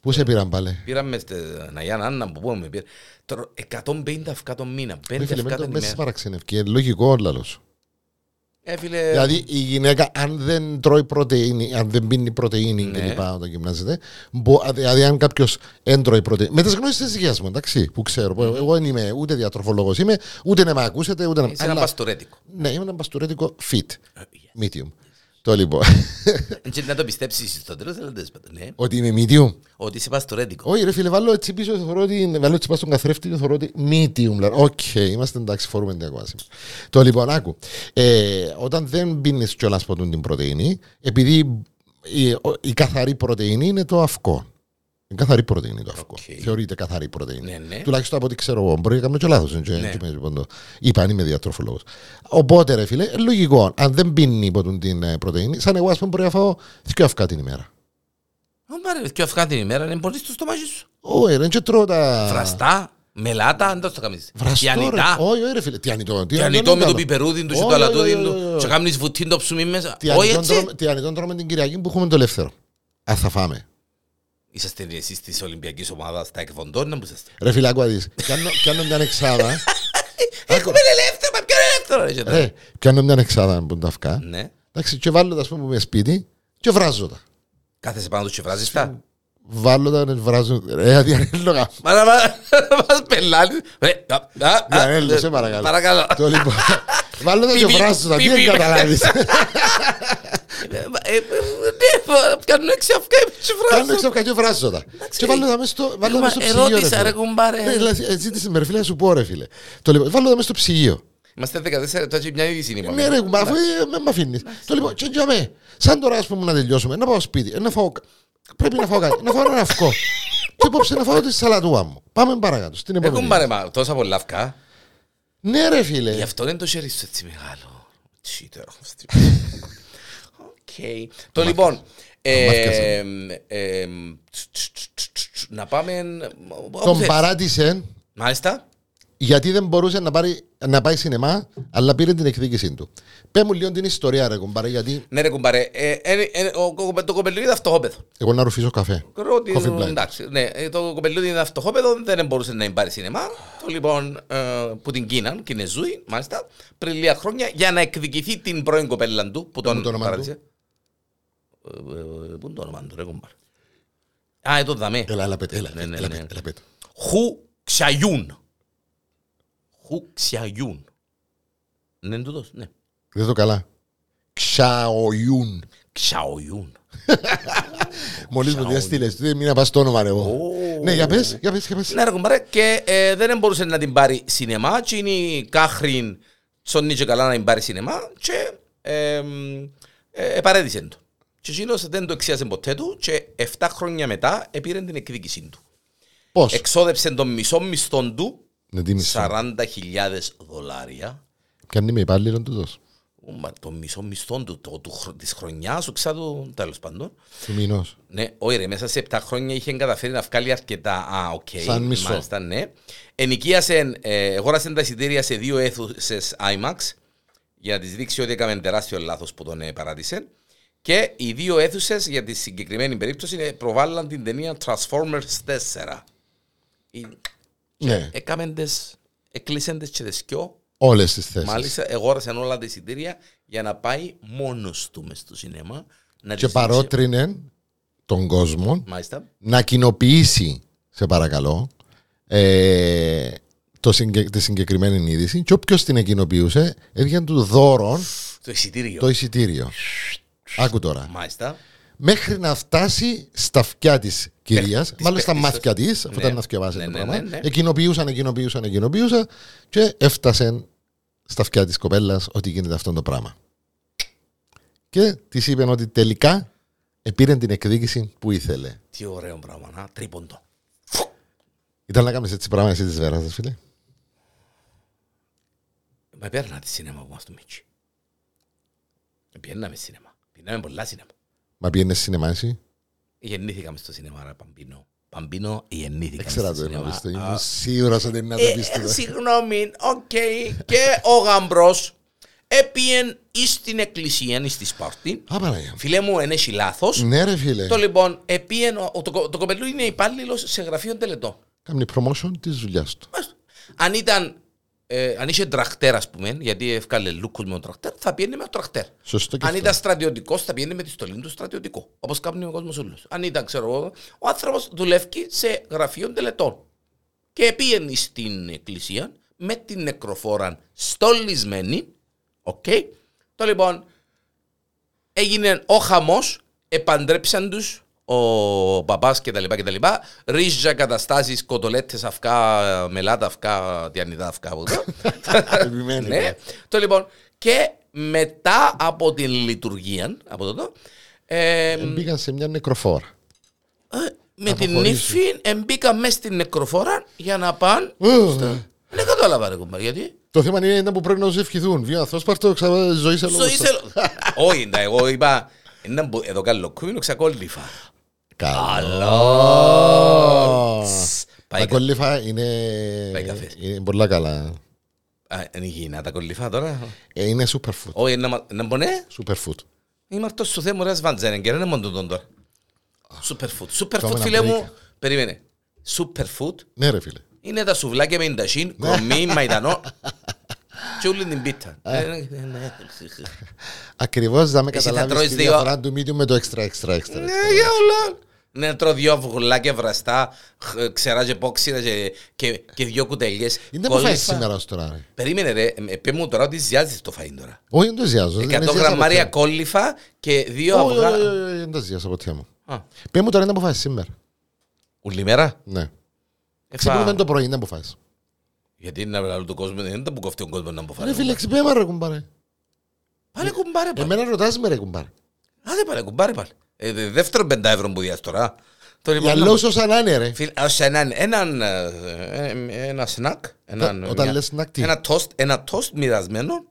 Speaker 2: Πού σε πήραν πάλι.
Speaker 1: Πήραμε στην Αγία Άννα που πούμε. πήρα- Τώρα 150 αυκά το μήνα. 5
Speaker 2: Ρε φίλε,
Speaker 1: αυκά
Speaker 2: μεν το-
Speaker 1: την
Speaker 2: μες στις
Speaker 1: ημέρα.
Speaker 2: παραξενευκή, είναι λογικό όλα σου.
Speaker 1: Ε, φίλε,
Speaker 2: Δηλαδή η γυναίκα αν δεν τρώει πρωτεΐνη, αν δεν πίνει πρωτεΐνη
Speaker 1: Ναι.
Speaker 2: και λοιπά όταν γυμνάζεται, μπο, δηλαδή αν κάποιος δεν τρώει πρωτεΐνη, με τις γνώσεις της υγείας μου, εντάξει, που ξέρω, που εγώ δεν είμαι ούτε διατροφολόγος είμαι, ούτε να με ακούσετε, ούτε να...
Speaker 1: Είσαι ένα παστορέτικο.
Speaker 2: ναι, είμαι ένα παστορέτικο fit,
Speaker 1: Ε,
Speaker 2: medium. Το λοιπόν, <laughs>
Speaker 1: Και να το πιστέψεις στο τέλος, αλλά τέλος πάντων, ναι.
Speaker 2: ότι είμαι medium.
Speaker 1: Ότι είσαι παστορέτικο.
Speaker 2: Όχι ρε φίλε, βάλω έτσι πίσω, θεωρώ ότι, βάλω έτσι πάνω στον καθρέφτη και θεωρώ ότι medium. Λέω, οκ, είμαστε εντάξει, φορούμε την ακόμα σήμερα. Το λοιπόν, άκου, ε, όταν δεν πίνεις κιόλας ποτούν την πρωτεΐνη, επειδή η, ο- η καθαρή πρωτεΐνη είναι το αυκό. Η καθαρή πρωτεΐνη είναι το αυκό.
Speaker 1: Οκ.
Speaker 2: Θεωρείται καθαρή πρωτεΐνη.
Speaker 1: Ναι, ναι.
Speaker 2: Τουλάχιστον από ό,τι ξέρω εγώ. Μπορεί να κάνω και λάθος. είναι και-
Speaker 1: Ναι.
Speaker 2: και με ποντό. Είπα, αν είμαι διατροφολόγος. Οπότε ρε φίλε, λογικό, αν δεν πίνει ποτούν την ε, πρωτεΐνη, σαν εγώ ας πούμε μπορεί να φάω δυο αυκά την ημέρα.
Speaker 1: Μα ρε, πιο αυκά την ημέρα, είναι πολύ στο στομάχι σου.
Speaker 2: Όχι, δεν και τρώω τα...
Speaker 1: Φραστά, μελάτα, αν το στο κάνεις.
Speaker 2: Βραστό ρε.
Speaker 1: Τιανιτά,
Speaker 2: Όχι, όχι ρε φίλε. Τι ανιτό. Τι
Speaker 1: τιανιτό με το πιπερούδιν του και
Speaker 2: Όχι,
Speaker 1: το
Speaker 2: όχι,
Speaker 1: αλατούδιν
Speaker 2: όχι,
Speaker 1: του.
Speaker 2: όχι,
Speaker 1: Και
Speaker 2: όχι.
Speaker 1: κάνεις βουτίν το ψωμί μέσα.
Speaker 2: Τι
Speaker 1: Όχι
Speaker 2: ανιτό
Speaker 1: έτσι.
Speaker 2: τρώμε- τι ανιτό τρώμε την Κυριακή που έχουμε το ελεύθερο. Ας, θα φάμε.
Speaker 1: Είσαστε εσείς της Ολυμπιακής ομάδας, τα εκβοντών, να μου είσαστε.
Speaker 2: Ρε φίλε, άκου να δεις. Πιάνω- <laughs> Πιάνω μια εξάδα.
Speaker 1: Έχουμε ελεύθερο, μα ποιο ελεύθερο. ρε, και τα-
Speaker 2: Ρε, πιάνω μια εξάδα που είναι τα αυκά.
Speaker 1: Ναι.
Speaker 2: Εντάξει, και βάλω τα ας πούμε με σπίτι και βράζω τα.
Speaker 1: Κάθεσαι πάνω τους και βράζεις τα.
Speaker 2: Βάλω τα, βράζω. Ρε, αδιανέλογα.
Speaker 1: Μα να μα- μας πελάνεις. Ρε, α, α, α,
Speaker 2: Διανέλο,
Speaker 1: ε,
Speaker 2: σε παρακαλώ.
Speaker 1: Παρακαλώ.
Speaker 2: Το
Speaker 1: <laughs>
Speaker 2: λοιπόν. Βάλω τα και
Speaker 1: Πιπι,
Speaker 2: βράζω τα. Τι
Speaker 1: πιπι.
Speaker 2: δεν καταλάβεις.
Speaker 1: Ε, ε, ε, ναι, Πιάνω έξι αυκά και
Speaker 2: <laughs> Κάνω
Speaker 1: βράζω.
Speaker 2: εξαφκά και βράζω τα. Και βάλω τα μέσα στο βάλω τα μέσα στο
Speaker 1: Μα,
Speaker 2: ψυγείο. ρε
Speaker 1: ερώτησα,
Speaker 2: φίλε.
Speaker 1: ρε, κουμπάρε.
Speaker 2: Ναι, δηλαδή, ε, Ζήτησε με ρε φίλε, να σου πω ρε φίλε. Το λοιπόν, βάλω τα μέσα στο ψυγείο.
Speaker 1: Είμαστε 14 λεπτά και μια είδηση είναι.
Speaker 2: Ναι,
Speaker 1: είπαμε.
Speaker 2: ρε, μα αφού ε, με μ' αφήνεις. Το λοιπόν, και για μέ. Σαν τώρα, ας πούμε, να τελειώσουμε, να πάω σπίτι, ε, να φάω. κα- Πρέπει να φάω κάτι, να φάω ένα αυκό. Και υπόψε να φάω τη σαλατούα μου. Πάμε παρακάτω. Στην
Speaker 1: Ρε,
Speaker 2: επόμενη.
Speaker 1: κουμπάρε, μα τόσα πολλά αυκά.
Speaker 2: Ναι, ρε,
Speaker 1: Γι'
Speaker 2: φίλε.
Speaker 1: αυτό δεν το χέρι σου έτσι μεγάλο. Τσίτερο. <laughs> Οκ. Το λοιπόν. ε,
Speaker 2: μάθηκασαι.
Speaker 1: εμ, εμ, τσ, τσ, τσ, τσ, τσ, τσ, Να πάμε. όπου
Speaker 2: Τον
Speaker 1: θες.
Speaker 2: παράτησε
Speaker 1: Μάλιστα.
Speaker 2: γιατί δεν μπορούσε να, πάρει, να πάει σινεμά, αλλά πήρε την εκδίκησή του. Πες μου λίγο την ιστορία, ρε κομπάρε, γιατί
Speaker 1: Ναι, ρε κουμπάρε. ε, ε, ε, ο κο- Το κοπελούδι είναι αυτοχόπεδο.
Speaker 2: εγώ να ρουφήσω καφέ.
Speaker 1: Θεωρώ ότι,
Speaker 2: Coffee blind.
Speaker 1: εντάξει, ναι, ε, το κοπελούδι είναι αυτοχόπεδο, δεν μπορούσε να πάρει σινεμά. Το λοιπόν ε, που την κίναν, Κινεζούι, μάλιστα, πριν λίγα χρόνια για να εκδικηθεί την πρώην κοπέλα του που
Speaker 2: μου
Speaker 1: τον
Speaker 2: το όνομα
Speaker 1: παράτησε. Ε, ε, Πού είναι το όνομα του, ρε κομπάρ. Α, ε, το δαμέ.
Speaker 2: Έλα, έλα, πέτ, έλα,
Speaker 1: Ναι, ναι,
Speaker 2: έλα,
Speaker 1: ναι.
Speaker 2: πέτ, έλα, πέτ.
Speaker 1: Χου ξαγιούν. Χου ξαγιούν. Ναι, είναι τούτος, ναι.
Speaker 2: Δεν το καλά. Ξαοιούν.
Speaker 1: Ξαοιούν.
Speaker 2: Μόλις μου διαστήλε. Δεν μήνα πα το όνομα, ρε. εγώ.
Speaker 1: Ω.
Speaker 2: Ναι, για πες, για πες, για πες.
Speaker 1: Ναι, ρε κουμπάρε, και ε, δεν μπορούσε να την πάρει σινεμά. Και είναι η Κάχριν τσόνι και καλά να την πάρει σινεμά. Και ε, ε, ε, παρέδισε το. Και εκείνος δεν το εξίασε ποτέ του και 7 χρόνια μετά επήρε την εκδίκησή του.
Speaker 2: Πώς.
Speaker 1: Εξόδεψε τον μισό μισθόν του,
Speaker 2: Να τίμησε.
Speaker 1: 40.000 δολάρια.
Speaker 2: Κάνει με υπάλληλον του τόσο.
Speaker 1: Μα το μισό μισθό του, το, του, χρο- της χρονιάς του, ξάτου, τέλος πάντων.
Speaker 2: Του μηνός.
Speaker 1: Ναι, όχι ρε, μέσα σε 7 χρόνια είχε καταφέρει να βγάλει αρκετά. Α, οκ.
Speaker 2: Σαν μισό.
Speaker 1: Μάλιστα, ναι. Ενοικίασε, ε, αγόρασε τα εισιτήρια σε δύο αίθουσες IMAX για να τη δείξει ότι έκαμε τεράστιο λάθος που τον ε, παράτησε. Και οι δύο αίθουσες για τη συγκεκριμένη περίπτωση ε, προβάλλαν την ταινία Transformers 4. Οι-
Speaker 2: Ναι,
Speaker 1: Έκαμεν τις, εκλείσαν τις και τις δυο.
Speaker 2: όλες τις θέσεις.
Speaker 1: Μάλιστα, αγόρασε όλα τα εισιτήρια για να πάει μόνος του μες στο σινέμα. να
Speaker 2: Και
Speaker 1: της δείξει-
Speaker 2: παρότρινε τον κόσμο
Speaker 1: Μάλιστα.
Speaker 2: να κοινοποιήσει, σε παρακαλώ, ε, το συγκε- τη συγκεκριμένη είδηση. Και όποιος την εκοινοποιούσε, έβγαινε του δώρο
Speaker 1: Το εισιτήριο.
Speaker 2: το εισιτήριο. Άκου τώρα.
Speaker 1: Μάλιστα.
Speaker 2: Μέχρι να φτάσει στα αυτιά της κυρία,
Speaker 1: Ε, της
Speaker 2: μάλλον στα
Speaker 1: παίκτης,
Speaker 2: μάτια
Speaker 1: σωστά.
Speaker 2: της, αφού
Speaker 1: Ναι.
Speaker 2: ήταν να σκευάσει
Speaker 1: Ναι,
Speaker 2: το
Speaker 1: ναι,
Speaker 2: πράγμα,
Speaker 1: ναι, ναι.
Speaker 2: εκοινοποιούσαν, εκοινοποιούσαν, εκοινοποιούσαν και έφτασε στα αυτιά της κοπέλας ότι γίνεται αυτό το πράγμα. Και της είπαν ότι τελικά επήρε την εκδίκηση που ήθελε.
Speaker 1: Τι ωραίο πράγμα, να, τρίποντο.
Speaker 2: Ήταν να κάνεις έτσι πράγμα εσύ της βέρας, φίλε.
Speaker 1: Μα πέρνα τη σινέμα που είμαστε μίτσι. Πιέναμε σινέμα. Πιέναμε πολλά σινέμα.
Speaker 2: Μα πιένε σινεμά εσύ.
Speaker 1: Γεννήθηκαμε στο σινέμα, ρε Παμπίνο. Παμπίνο, γεννήθηκαμε
Speaker 2: Δεν ξέρω αν
Speaker 1: στο
Speaker 2: το
Speaker 1: σινέμα.
Speaker 2: εννοείς, το
Speaker 1: Α,
Speaker 2: Ήμουν σίγουρος ότι είναι να
Speaker 1: ε,
Speaker 2: το πεις
Speaker 1: ε,
Speaker 2: τούτο.
Speaker 1: Συγγνώμη, οκ. Και ο γαμπρός έπιεν εις την εκκλησία, εις τη Σπάρτη.
Speaker 2: Α, Παναγία. μου.
Speaker 1: Φίλε μου, εν έχει λάθος.
Speaker 2: Ναι, ρε φίλε.
Speaker 1: Το λοιπόν, επίεν, ο- ο- το, κο- το κοπελού είναι υπάλληλος σε γραφείο τελετών.
Speaker 2: Κάμνει promotion της δουλειάς του.
Speaker 1: Μάλιστα. Αν ήταν. Ε, αν είχε τρακτέρ, ας πούμε, γιατί έφκαλε λούκο με τον τρακτέρ, θα πιένει με τον τρακτέρ.
Speaker 2: Σωστό και
Speaker 1: αν
Speaker 2: αυτό.
Speaker 1: ήταν στρατιωτικός, θα πιένει με τη στολή του στρατιωτικό. Όπως κάνει ο κόσμος όλος. Αν ήταν, ξέρω εγώ, ο άνθρωπος δουλεύει σε γραφείο τελετών. Και πήγαινε στην εκκλησία με την νεκροφόρα στολισμένη. Οκ. Το λοιπόν, έγινε ο χαμός, επαντρέψαν τους ο παπά κτλ. κτλ. Ρίζα καταστάσει, κοτολέτες, αυκά, μελάτα, αυκά, διανυδά, αυκά από εδώ.
Speaker 2: <laughs> Επιμένει,
Speaker 1: ναι.
Speaker 2: ρε.
Speaker 1: Το λοιπόν, και μετά από την λειτουργία, από τότε, ε,
Speaker 2: Ε, Μπήκαν σε μια νεκροφόρα.
Speaker 1: ε, με την
Speaker 2: αποχωρήσει.
Speaker 1: νύφη εμπήκαν μέσα στην νεκροφόρα για να πάνε.
Speaker 2: Ε,
Speaker 1: Δεν κατάλαβα, ρε κουμπάρ, γιατί.
Speaker 2: Το θέμα είναι ένα που πρέπει να σου ευχηθούν. Βγει ο Αθόσπαρτο, ξανά ζωή σε λόγο.
Speaker 1: Ζωή θέλω. <laughs> Όχι, ναι, εγώ είπα. «Ένα μπο- Εδώ καλό κούμινο ξακόλυφα.
Speaker 2: Καλό.
Speaker 1: Πάει κα-
Speaker 2: Τα κολλήφα είναι,
Speaker 1: Πάει καφές.
Speaker 2: είναι πολλά καλά.
Speaker 1: Α, Είναι υγιεινά τα κολλήφα τώρα.
Speaker 2: Ε, είναι superfood.
Speaker 1: Όχι, να μα- να μπονέ.
Speaker 2: Superfood.
Speaker 1: Είμαι αυτός σου θέμου ρες βαντζένεγκερ, είναι μόνο τον τώρα. Superfood. Superfood,
Speaker 2: Τρώμε
Speaker 1: φίλε
Speaker 2: ένα
Speaker 1: μου. Περίμενε. Superfood
Speaker 2: Ναι, ρε φίλε.
Speaker 1: είναι τα σουβλάκια με εντασίν,
Speaker 2: Ναι.
Speaker 1: κρομί, μαϊντανό και όλη την πίτα. Ε, ναι, ναι.
Speaker 2: Ακριβώ θα με
Speaker 1: Εσύ θα
Speaker 2: καταλάβεις
Speaker 1: τρώεις
Speaker 2: τη
Speaker 1: δύο-
Speaker 2: διαφορά του medium με το extra, extra, extra.
Speaker 1: Ναι, για όλα. Ναι, τρώω δυο αυγουλάκια βραστά, χ- ξερά και πόξιρα και- και, και δυο κουτελιές.
Speaker 2: Είναι που φάει
Speaker 1: Κόλληφα.
Speaker 2: σήμερα ως τώρα. ρε.
Speaker 1: Περίμενε ρε, ε, πες μου τώρα ότι ζιάζεις το φαΐν τώρα.
Speaker 2: Όχι, δεν το ζιάζω. ε,
Speaker 1: 100 γραμμάρια κόλληφα και δύο αυγά.
Speaker 2: Δεν το ζιάζω ποτέ μου.
Speaker 1: Α,
Speaker 2: Πες μου τώρα είναι που φάει σήμερα.
Speaker 1: Ούλη μέρα.
Speaker 2: Ναι.
Speaker 1: Έφα-
Speaker 2: Ξυπνούμε το πρωί, είναι που φάει.
Speaker 1: Γιατί είναι να τον κόσμο, δεν τα που κοφτεί ο κόσμος να μου
Speaker 2: Ρε
Speaker 1: φάει.
Speaker 2: φίλε, ξυπνέμα ρε κουμπάρε.
Speaker 1: Πάλε κουμπάρε πάλι.
Speaker 2: Εμένα ρωτάς με ρε κουμπάρε.
Speaker 1: Ε, Άντε πάλε κουμπάρε πάλι. Ε, δε- δεύτερο πεντά ευρώ που διάς τώρα. Το
Speaker 2: Για
Speaker 1: λοιπόν,
Speaker 2: λόγους όσα να είναι ρε.
Speaker 1: φίλε, ας έναν, έναν, ε, ε, ένα σνακ, έναν,
Speaker 2: Όταν
Speaker 1: μια-
Speaker 2: λες snack, τι?
Speaker 1: ένα τόστ, ένα τόστ μοιρασμένο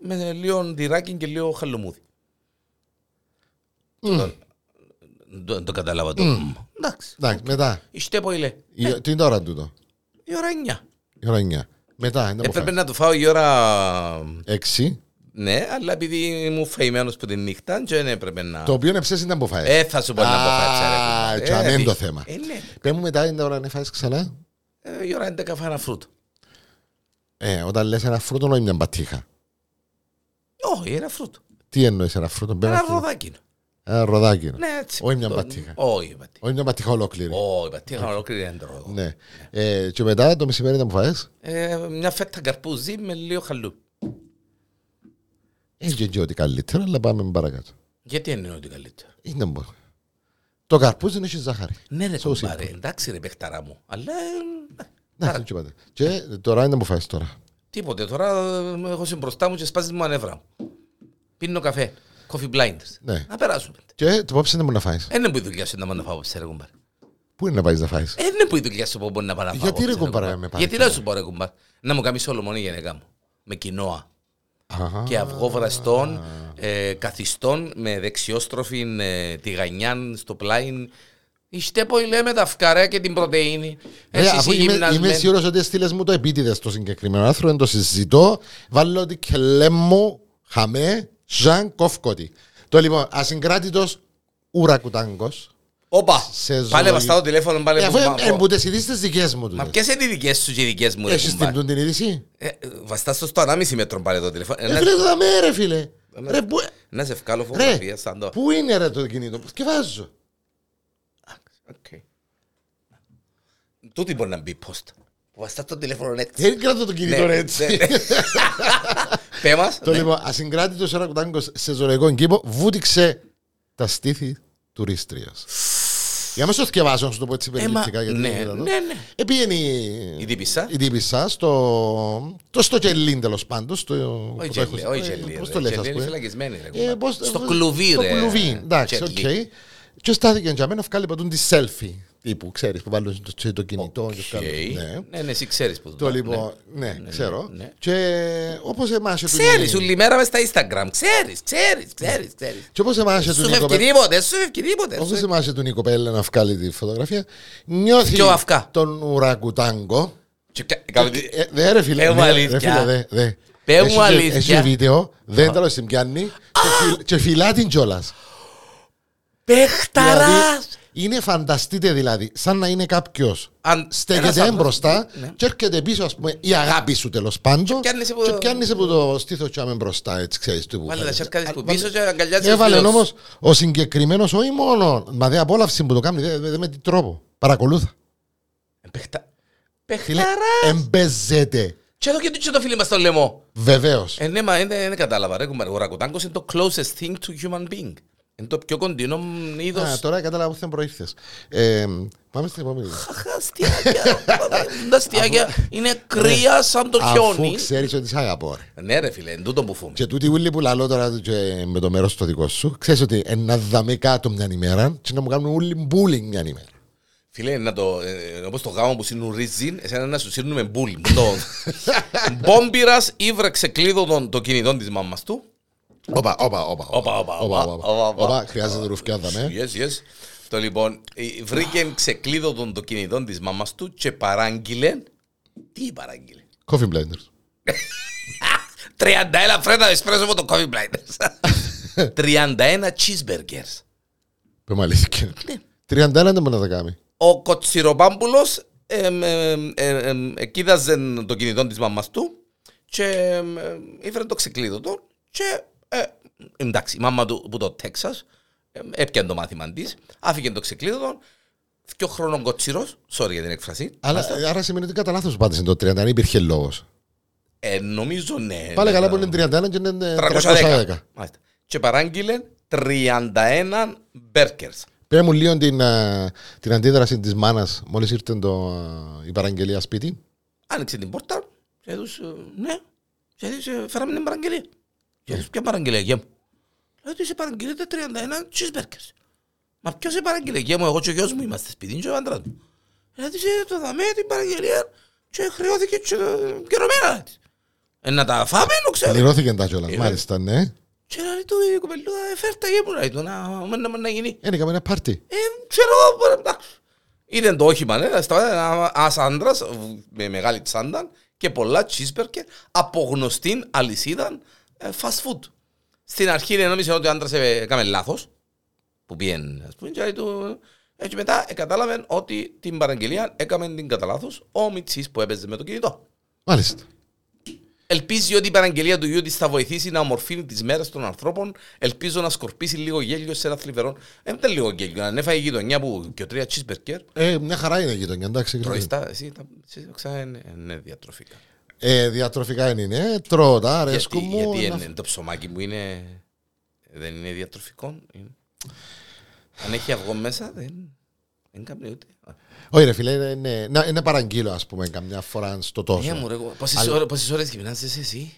Speaker 1: με λίγο τυράκι και λίγο χαλομούδι. Ναι. Δεν το, το κατάλαβα το. μμ. Εντάξει.
Speaker 2: Εντάξει, μετά.
Speaker 1: Είστε πολύ λέει.
Speaker 2: Η- Τι είναι τώρα τούτο.
Speaker 1: Η ώρα 9.
Speaker 2: Η ώρα 9. Μετά, είναι που
Speaker 1: Έπρεπε
Speaker 2: φάει.
Speaker 1: να το φάω η ώρα.
Speaker 2: Έξι.
Speaker 1: Ναι, αλλά επειδή ήμουν φαϊμένος που την νύχτα, δεν έπρεπε να.
Speaker 2: Το οποίο είναι ψες είναι που φάει.
Speaker 1: Ε, θα σου πω να το
Speaker 2: Α,
Speaker 1: φάτσα.
Speaker 2: και αμέ είναι το θέμα.
Speaker 1: Ε, ναι.
Speaker 2: Πες μου μετά είναι ώρα να φάεις ξανά.
Speaker 1: Ε, Η ώρα 11 φάω ένα φρούτο.
Speaker 2: Ε, όταν λες ένα φρούτο νοεί μια μπατίχα.
Speaker 1: Όχι, ένα φρούτο.
Speaker 2: Τι εννοείς ένα φρούτο. μπες
Speaker 1: Ένα
Speaker 2: ένα φρούτο.
Speaker 1: ροδάκι.
Speaker 2: Ένα ροδάκι.
Speaker 1: Ναι, έτσι.
Speaker 2: Όχι μια
Speaker 1: Το-
Speaker 2: πατήχα.
Speaker 1: Όχι, πατήχα.
Speaker 2: Όχι μια πατήχα ολόκληρη.
Speaker 1: Όχι, πατήχα ολόκληρη είναι το ρόδο.
Speaker 2: Ναι. Ε, και μετά το μεσημέρι ήταν που φάες.
Speaker 1: Ε, Μια φέτα καρπούζι με λίγο χαλού.
Speaker 2: Ε, και- και ότι καλύτερα, αλλά πάμε παρακάτω.
Speaker 1: Γιατί είναι ότι καλύτερο.
Speaker 2: Είναι μπο- Το καρπούζι δεν έχει ζάχαρη.
Speaker 1: Ναι, ρε,
Speaker 2: So simple.
Speaker 1: κομπάρε, εντάξει, ρε, παιχταρά μου. Αλλά ε,
Speaker 2: Να, δεν τσιμπάτε. Και τώρα είναι που φάες τώρα.
Speaker 1: τίποτε. Τώρα ε, έχω συμπροστά μου και σπάζει μου ανέβρα μου. Πίνω καφέ. Coffee blinders.
Speaker 2: Ναι.
Speaker 1: Να περάσουμε.
Speaker 2: Και το πόψε είναι που να φάεις.
Speaker 1: Είναι που η δουλειά σου να πάνε να φάω ψέρε κουμπάρ.
Speaker 2: Πού είναι να πάεις να φάεις.
Speaker 1: Είναι Ε, ναι που η δουλειά σου που μπορεί να πάνε να φάω.
Speaker 2: Γιατί, ρε,
Speaker 1: ψέρε,
Speaker 2: κουμπάρε,
Speaker 1: κουμπάρ.
Speaker 2: με πάρει
Speaker 1: Γιατί να σου πω ρε κουμπάρ. Να μου κάνεις όλο μόνο η γενικά μου. Με κοινόα.
Speaker 2: Αχα.
Speaker 1: και αυγό βραστών, ε, καθιστών με δεξιόστροφη ε, τηγανιάν στο πλάι. Ιστέπο λέμε τα φκαρά και την πρωτεΐνη.
Speaker 2: Ρε,
Speaker 1: Εσύ
Speaker 2: Ε, αφού
Speaker 1: είσαι
Speaker 2: είμαι, είμαι
Speaker 1: γυμνασμένη.
Speaker 2: σίγουρος ότι στείλες μου το επίτηδες το συγκεκριμένο άρθρο, δεν το συζητώ, βάλω ότι κλέμ μου, χαμέ, Ζαν Κοφκότη. Το λοιπόν, ασυγκράτητος ουρακουτάγκος.
Speaker 1: Όπα,
Speaker 2: σε
Speaker 1: πάλι
Speaker 2: ζωολογικό.
Speaker 1: βαστά το τηλέφωνο, πάλι
Speaker 2: Ε,
Speaker 1: που
Speaker 2: Αφού
Speaker 1: πάω.
Speaker 2: εμπούτες ειδήσεις τις δικές μου
Speaker 1: Μα
Speaker 2: τούτες.
Speaker 1: ποιες είναι οι δικές σου και οι δικές μου ρε
Speaker 2: Έχεις
Speaker 1: κουμπάρ.
Speaker 2: την τούν την είδηση.
Speaker 1: Ε, ε, Βαστάς το στο 1,5 μέτρο πάλι το τηλέφωνο.
Speaker 2: Ε,
Speaker 1: Ένα-
Speaker 2: φίλε, το δαμέ ρε φίλε. Ρε, πού,
Speaker 1: Να σε βγάλω
Speaker 2: ρε,
Speaker 1: φωτογραφία σαν Ε, ναι. το...
Speaker 2: πού είναι ρε το κινητό, και βάζω.
Speaker 1: Οκ. Τούτη μπορεί να μπει post. Βαστάς το τηλέφωνο έτσι.
Speaker 2: Ε, Δεν κρατώ το κινητό
Speaker 1: Ναι,
Speaker 2: ρε, έτσι. <laughs>
Speaker 1: ναι. Πέ μας.
Speaker 2: Το
Speaker 1: ναι.
Speaker 2: λοιπόν, ασυγκράτητος ουρακουτάγκος σε ζωολογικό κήπο βούτυξε τα στήθη του Ρίστριας. Για να μην σου θκευάσω, να σου το πω έτσι
Speaker 1: Ε, μα-
Speaker 2: περιληπτικά. γιατί
Speaker 1: ναι,
Speaker 2: δεν ήταν το.
Speaker 1: ναι, ναι.
Speaker 2: Επήγαινε
Speaker 1: Η
Speaker 2: η-
Speaker 1: τύπησα.
Speaker 2: η τύπησα στο, το στο κελίν τέλος πάντων. Στο,
Speaker 1: Όχι
Speaker 2: που το
Speaker 1: γελί,
Speaker 2: έχω-
Speaker 1: όχι
Speaker 2: ε,
Speaker 1: γελί.
Speaker 2: Πώς
Speaker 1: ρε.
Speaker 2: το λες
Speaker 1: Γελί
Speaker 2: ας
Speaker 1: είναι
Speaker 2: πούμε.
Speaker 1: φυλακισμένοι, ρε,
Speaker 2: Ε,
Speaker 1: κουμπάρ.
Speaker 2: πώς-
Speaker 1: Στο κλουβί,
Speaker 2: Στο
Speaker 1: ρε.
Speaker 2: κλουβί, εντάξει, οκ.
Speaker 1: γελί.
Speaker 2: Και στάθηκε για μένα, βγάλει παντούν τη selfie τύπου, ξέρεις, που βάλουν το, το κινητό. και
Speaker 1: Οκ.
Speaker 2: το κάνουν, ναι.
Speaker 1: Ναι, ναι, εσύ ξέρεις που
Speaker 2: Το λοιπόν, ναι, ξέρω.
Speaker 1: ναι.
Speaker 2: Και όπως εμάς... και του-
Speaker 1: Ξέρεις, όλη μέρα μες στα Instagram. Ξέρεις, ξέρεις, ξέρεις,
Speaker 2: Ναι.
Speaker 1: ξέρεις.
Speaker 2: Και όπως εμάς και του
Speaker 1: Σου
Speaker 2: Νίκο
Speaker 1: φεύγει
Speaker 2: Πε-
Speaker 1: τίποτε, σου φεύγει τίποτε.
Speaker 2: όπως
Speaker 1: σου-
Speaker 2: εμάς και του Νίκο Πέλλα να βγάλει τη φωτογραφία, νιώθει
Speaker 1: Πιο αυκά.
Speaker 2: τον ουρακουτάγκο.
Speaker 1: Και κα- κάνω τι-
Speaker 2: Ε, Δε ρε φίλε,
Speaker 1: Πες μου
Speaker 2: ναι,
Speaker 1: αλήθεια.
Speaker 2: ρε φίλε, δε, δε.
Speaker 1: Πες μου
Speaker 2: Έχει και-
Speaker 1: αλήθεια.
Speaker 2: Έχει και βίντεο, δεν τέλος την πιάνει και φιλ- και φιλά την κιόλας. Δηλαδή,
Speaker 1: Πεχταράς!
Speaker 2: είναι φανταστείτε δηλαδή, σαν να είναι κάποιος.
Speaker 1: Αν- ένας
Speaker 2: Στέκεται
Speaker 1: άνθρωπος-
Speaker 2: μπροστά
Speaker 1: Ναι.
Speaker 2: και έρχεται πίσω, ας πούμε, η αγάπη σου τέλος πάντων.
Speaker 1: πιάνεσαι που-
Speaker 2: Και πιάνεις από το στήθος και άμε μπροστά, έτσι ξέρεις τι που.
Speaker 1: Βάλε τα
Speaker 2: φαίνεται.
Speaker 1: σέρκα της που
Speaker 2: Α, βάλε-
Speaker 1: πίσω και αγκαλιάζει
Speaker 2: Έβαλε όμως ο συγκεκριμένος, όχι μόνο. Μα δεν απόλαυση που το κάνει, δεν δε, με τι τρόπο. Παρακολούθα. Φίλε,
Speaker 1: Πεχταρά!
Speaker 2: εμπεζέται.
Speaker 1: Και εδώ και το- και το φίλι μας στο λαιμό.
Speaker 2: Βεβαίως.
Speaker 1: Ε, ναι, μα δεν δεν κατάλαβα. Ρε, κουμπάρε. ο ρακοτάγκος είναι το closest thing to human being. Είναι το πιο κοντινό είδος.
Speaker 2: τώρα κατάλαβα που δεν προήλθες. Ε, πάμε στην επόμενη.
Speaker 1: Αχ, αστιάκια. Τα αστιάκια είναι κρύα σαν το
Speaker 2: Αφού
Speaker 1: χιόνι.
Speaker 2: ξέρεις ότι σε αγαπώ. ρε.
Speaker 1: Ναι, ρε φίλε, είναι τούτο που φούμε.
Speaker 2: Και τούτη ούλη που λαλώ τώρα και με το μέρος το δικό σου, ξέρεις ότι ε, να δαμε κάτω μια ημέρα και να μου κάνουν ούλη μπούλινγκ μια ημέρα.
Speaker 1: Φίλε, να το, ε, όπως το γάμο που σύρνουν ρίζιν, εσένα να σου σύρνουμε μπούλι. <laughs> Το... Μπόμπιρας ήβρεξε κλείδωτον το κινητό της μάμας του.
Speaker 2: Όπα, όπα, όπα.
Speaker 1: Όπα, όπα, όπα, όπα, όπα.
Speaker 2: Όπα, χρειάζεται ρουφιά δαμε.
Speaker 1: Yes, yes. Το λοιπόν, ε, βρήκε ξεκλείδωτον το κινητό της μάμας του και παράγγειλε. Τι παράγγειλε.
Speaker 2: Coffee blenders.
Speaker 1: 31 φρέτα εσπρέσο από το Coffee Blinders. 31 cheeseburgers.
Speaker 2: Πε μου αλήθεια. 31 δεν μπορεί να τα κάνει.
Speaker 1: Ο Κοτσιροπάμπουλος εμ, εμ, εμ, εμ, ε, κοίταζε το κινητό της μαμάς του και εμ, εμ, ήφερε το ξεκλείδο του και ε, εντάξει, η μάμα του που το Τέξας εμ, έπιανε το μάθημα της, άφηκε το ξεκλείδο του, δυο χρόνων κοτσιρός, sorry για την έκφραση,
Speaker 2: Αλλά ε, άρα σημαίνει ότι κατά λάθος πάτησε το 30, αν υπήρχε λόγος.
Speaker 1: ε, νομίζω ναι.
Speaker 2: Πάλι
Speaker 1: ναι,
Speaker 2: καλά
Speaker 1: ναι,
Speaker 2: που είναι 31 και είναι ε,
Speaker 1: 310. Μάλιστα. Και παράγγειλε 31 burgers.
Speaker 2: Πέρα μου λίγο την, α, την αντίδραση της μάνας μόλις ήρθε το, α, η παραγγελία σπίτι.
Speaker 1: Ε, άνοιξε την πόρτα και τους, ε, ναι, και τους ε, φέραμε την παραγγελία. Και τους, ποια παραγγελία, γεια μου. Λέω τους παραγγείλετε 31 cheeseburgers. Μα ποιος σε παραγγείλε, γεια μου, εγώ και ο γιος μου είμαστε σπίτι και ο άντρας μου. Λέω τους, ε, το δαμέ την παραγγελία και χρεώθηκε και ε, καιρωμένα. της. Ε, να τα φάμε, νο ξέρω.
Speaker 2: Πληρώθηκε τα κιόλας.
Speaker 1: Ε,
Speaker 2: Μάλιστα, ναι.
Speaker 1: Και λέει του η κοπελούδα, «Ε, φέρτα γεια μου, λέει του, να, να, να, να γίνει.
Speaker 2: Ένικα ένα πάρτι.
Speaker 1: Ε, ξέρω εγώ, μπορεί- εντάξει. Ήταν το όχημα, ναι, σταμάτησε ένα άντρας με μεγάλη τσάντα και πολλά cheeseburger από γνωστή αλυσίδα ε, fast food. Στην αρχή νόμιζε ότι ο άντρας έκανε λάθος, που πήγαινε, ας πούμε, και λέει του. Έτσι μετά ε, κατάλαβε ότι την παραγγελία έκαμε την κατά λάθος ο Μιτσής που έπαιζε με το κινητό.
Speaker 2: Μάλιστα.
Speaker 1: Ελπίζει ότι η παραγγελία του γιού της θα βοηθήσει να ομορφύνει τις μέρες των ανθρώπων. Ελπίζω να σκορπίσει λίγο γέλιο σε ένα θλιβερό. Ε, δεν ήταν λίγο γέλιο. Αν έφαγε η γειτονιά που και ο τρία τσίσπερκερ.
Speaker 2: Ε, μια χαρά είναι η γειτονιά, εντάξει.
Speaker 1: Τρώει τα. Εσύ τα. εσύ ξανά είναι είναι ναι, διατροφικά.
Speaker 2: Ε, διατροφικά είναι, ναι. Τρώω τα, αρέσκουν
Speaker 1: Γιατί,
Speaker 2: μου.
Speaker 1: γιατί
Speaker 2: να-
Speaker 1: εν- το ψωμάκι μου είναι. Δεν είναι διατροφικό. είναι. Αν έχει αυγό μέσα, δεν. Δεν κάνει ούτε.
Speaker 2: Όχι ρε φίλε, είναι, είναι, να- είναι παραγγείλω ας πούμε καμιά φορά στο
Speaker 1: Ναι,
Speaker 2: τόσο.
Speaker 1: μου ρε, εγώ- πόσες
Speaker 2: Αλλά-
Speaker 1: ώρες- Πόσες ώρες γυμνάζεσαι εσύ.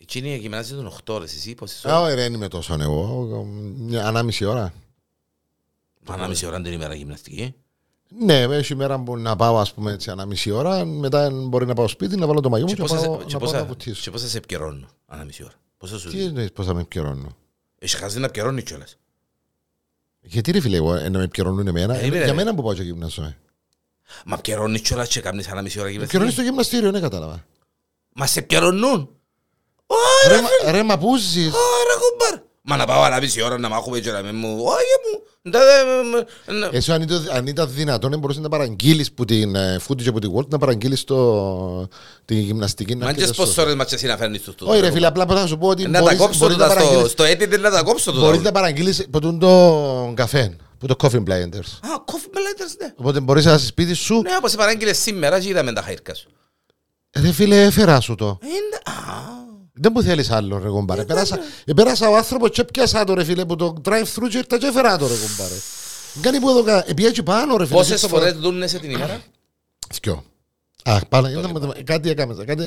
Speaker 1: Εκείνη γυμνάζεται τον 8 ώρες, εσύ πόσες
Speaker 2: Α,
Speaker 1: ώρες.
Speaker 2: όχι ρε, δεν είμαι τόσο εγώ, μια ανάμιση ώρα.
Speaker 1: Πάνω μισή ώρα την ημέρα γυμναστική.
Speaker 2: Ναι, έχει μέρα που να πάω ας πούμε έτσι ανάμιση ώρα, μετά μπορεί να πάω σπίτι, να βάλω το μαγιό μου
Speaker 1: Και
Speaker 2: και, να πάω
Speaker 1: πόσα-
Speaker 2: να,
Speaker 1: και
Speaker 2: πάω να
Speaker 1: πόσα-
Speaker 2: βουτήσω.
Speaker 1: και πόσα σε επικαιρώνω, ανά μισή ώρα. Πόσα σου
Speaker 2: Τι
Speaker 1: δίνει.
Speaker 2: εννοείς πώς θα με επικαιρώνω.
Speaker 1: Έχεις χαζεί να επικαιρώνεις κιόλας.
Speaker 2: Γιατί ρε φίλε, εγώ ε, να με επικαιρώνουν εμένα,
Speaker 1: Ε,
Speaker 2: ε,
Speaker 1: ρε, ρε.
Speaker 2: για μένα που πάω και γυμνάζομαι.
Speaker 1: Μα επικαιρώνεις κιόλας και κάνεις ανά μισή ώρα
Speaker 2: Επικαιρώνεις
Speaker 1: γυμναστική.
Speaker 2: στο γυμναστήριο, ναι κατάλαβα.
Speaker 1: Μα σε επικαιρώνουν.
Speaker 2: Ρε, μα- ρε μα πού ζεις.
Speaker 1: Άρα κουμπάρ. Μα να πάω ανά μισή ώρα να μάχουμε και να μην μου. Άγιε μου. ε, Ντα- δε- με- με-
Speaker 2: Εσύ αν ήταν, αν ήταν δυνατόν, δεν μπορούσες να παραγγείλεις που την ε, footage από την World, να παραγγείλεις το, τη γυμναστική.
Speaker 1: Μα
Speaker 2: να
Speaker 1: και
Speaker 2: έρχεται στο-
Speaker 1: πόσες ώρες μας και εσύ να φέρνεις τους τούτους,
Speaker 2: Όχι
Speaker 1: ρε,
Speaker 2: ρε φίλε, απλά πρέπει να σου πω ότι
Speaker 1: Ε, Να τα
Speaker 2: μπορείς,
Speaker 1: κόψω
Speaker 2: μπορείς να
Speaker 1: τούτα στο-
Speaker 2: παραγγείλεις,
Speaker 1: στο edit, να τα κόψω τούτα.
Speaker 2: μπορείς να παραγγείλεις από τον το καφέ, που το coffee blinders.
Speaker 1: Α, coffee blenders, ναι.
Speaker 2: Οπότε μπορείς να είσαι σπίτι σου,
Speaker 1: Ναι, όπως παράγγειλες σήμερα και είδαμε τα χαίρκα σου.
Speaker 2: ρε φίλε έφερα σου το.
Speaker 1: Είναι... Α,
Speaker 2: Δεν μου θέλεις άλλο ρε κομπάρε. Πέρασα,
Speaker 1: ναι,
Speaker 2: ε, πέρασα ο άνθρωπος και πιάσα το ρε φίλε που το drive-through και ήρθα και έφερα το ρε κομπάρε. Κάνει που εδώ κα- ε, πήγα και πάνω ρε φίλε.
Speaker 1: Πόσες
Speaker 2: και στο-
Speaker 1: φορές δούνε σε την ημέρα.
Speaker 2: Δυο. Αχ, πάνω, ήταν- κάτι έκαμε. Κάτι, ε,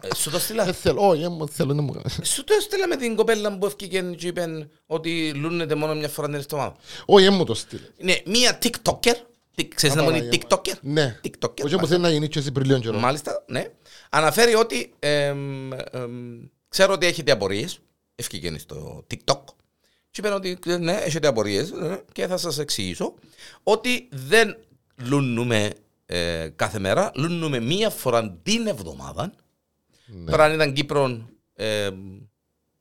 Speaker 1: Ε, Σου το στείλα.
Speaker 2: δεν θέλω, όχι, ε, μου θέλω, δεν μου κάνω.
Speaker 1: Σου το έστειλα με την κοπέλα που έφυγε και είπε ότι λούνεται μόνο μια φορά την εβδομάδα.
Speaker 2: Όχι, ε, μου το στείλε.
Speaker 1: Ναι, μία TikToker. Τι- Ξέρεις να μου είναι
Speaker 2: Παναγία
Speaker 1: TikToker.
Speaker 2: Ναι.
Speaker 1: TikToker.
Speaker 2: Όχι, μου θέλει να γίνει και εσύ πριν λίγο καιρό.
Speaker 1: Μάλιστα, ναι. Αναφέρει ότι εμ, εμ, ξέρω ότι έχετε απορίες. Ευκαιρία στο TikTok. Και είπαν ότι ε, ναι, έχετε απορίες και θα σας εξηγήσω ότι δεν λούνουμε ε, κάθε μέρα, λούνουμε μία φορά την εβδομάδα.
Speaker 2: Ναι.
Speaker 1: Τώρα αν ήταν Κύπρο, ε,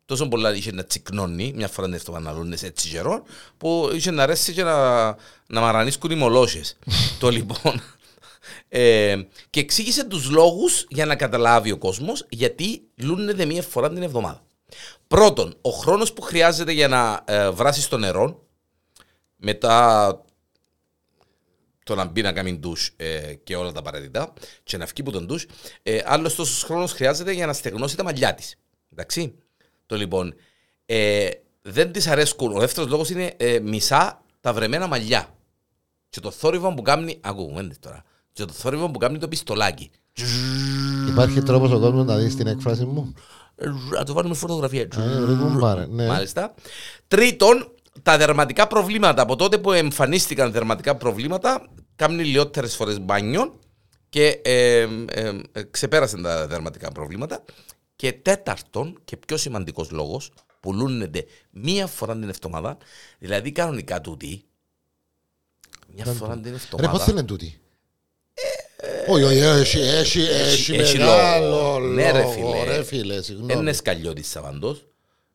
Speaker 1: τόσο πολλά είχε να τσικνώνει, μια φορά την εβδομάδα να λούνες έτσι καιρό, που είχε να αρέσει και να, να μαρανίσκουν οι μολόσες. το λοιπόν. Ε, και εξήγησε τους λόγους για να καταλάβει ο κόσμος γιατί λούνεται μία φορά την εβδομάδα. Πρώτον, ο χρόνος που χρειάζεται για να ε, βράσεις το νερό μετά το να μπει να κάνει ντους ε, και όλα τα απαραίτητα και να βγει που τον ντους, ε, άλλος τόσος χρόνος χρειάζεται για να στεγνώσει τα μαλλιά της. Εντάξει. Το λοιπόν, ε, δεν της αρέσκουν. Ο δεύτερος λόγος είναι ε, μισά τα βρεμένα μαλλιά. Και το θόρυβο που κάνει, ακούγουμε τώρα, και το θόρυβο που κάνει το πιστολάκι.
Speaker 2: Υπάρχει τρόπος ο κόσμος να δεις την έκφραση μου.
Speaker 1: Να το βάλουμε φωτογραφία.
Speaker 2: Ε, ρε κομπάρε, ναι.
Speaker 1: Μάλιστα. Τρίτον, τα δερματικά προβλήματα. Από τότε που εμφανίστηκαν δερματικά προβλήματα, κάνουν λιότερες φορές μπάνιο και ε, ε, ε, ξεπέρασαν τα δερματικά προβλήματα. Και τέταρτον, και πιο σημαντικός λόγος, πουλούνεται μία φορά την εβδομάδα, δηλαδή κανονικά τούτη. Μία φορά την
Speaker 2: Ρε, πώς
Speaker 1: εβδομάδα.
Speaker 2: θέλουν τούτοι. Όχι, όχι, έχει,
Speaker 1: έχει-
Speaker 2: έχει, έχει
Speaker 1: έχει
Speaker 2: μεγάλο
Speaker 1: λόγο. Ναι, ρε,
Speaker 2: λόγο,
Speaker 1: φίλε.
Speaker 2: ρε φίλε,
Speaker 1: Είναι
Speaker 2: συγγνώμη.
Speaker 1: σκαλιώτη σαβαντό.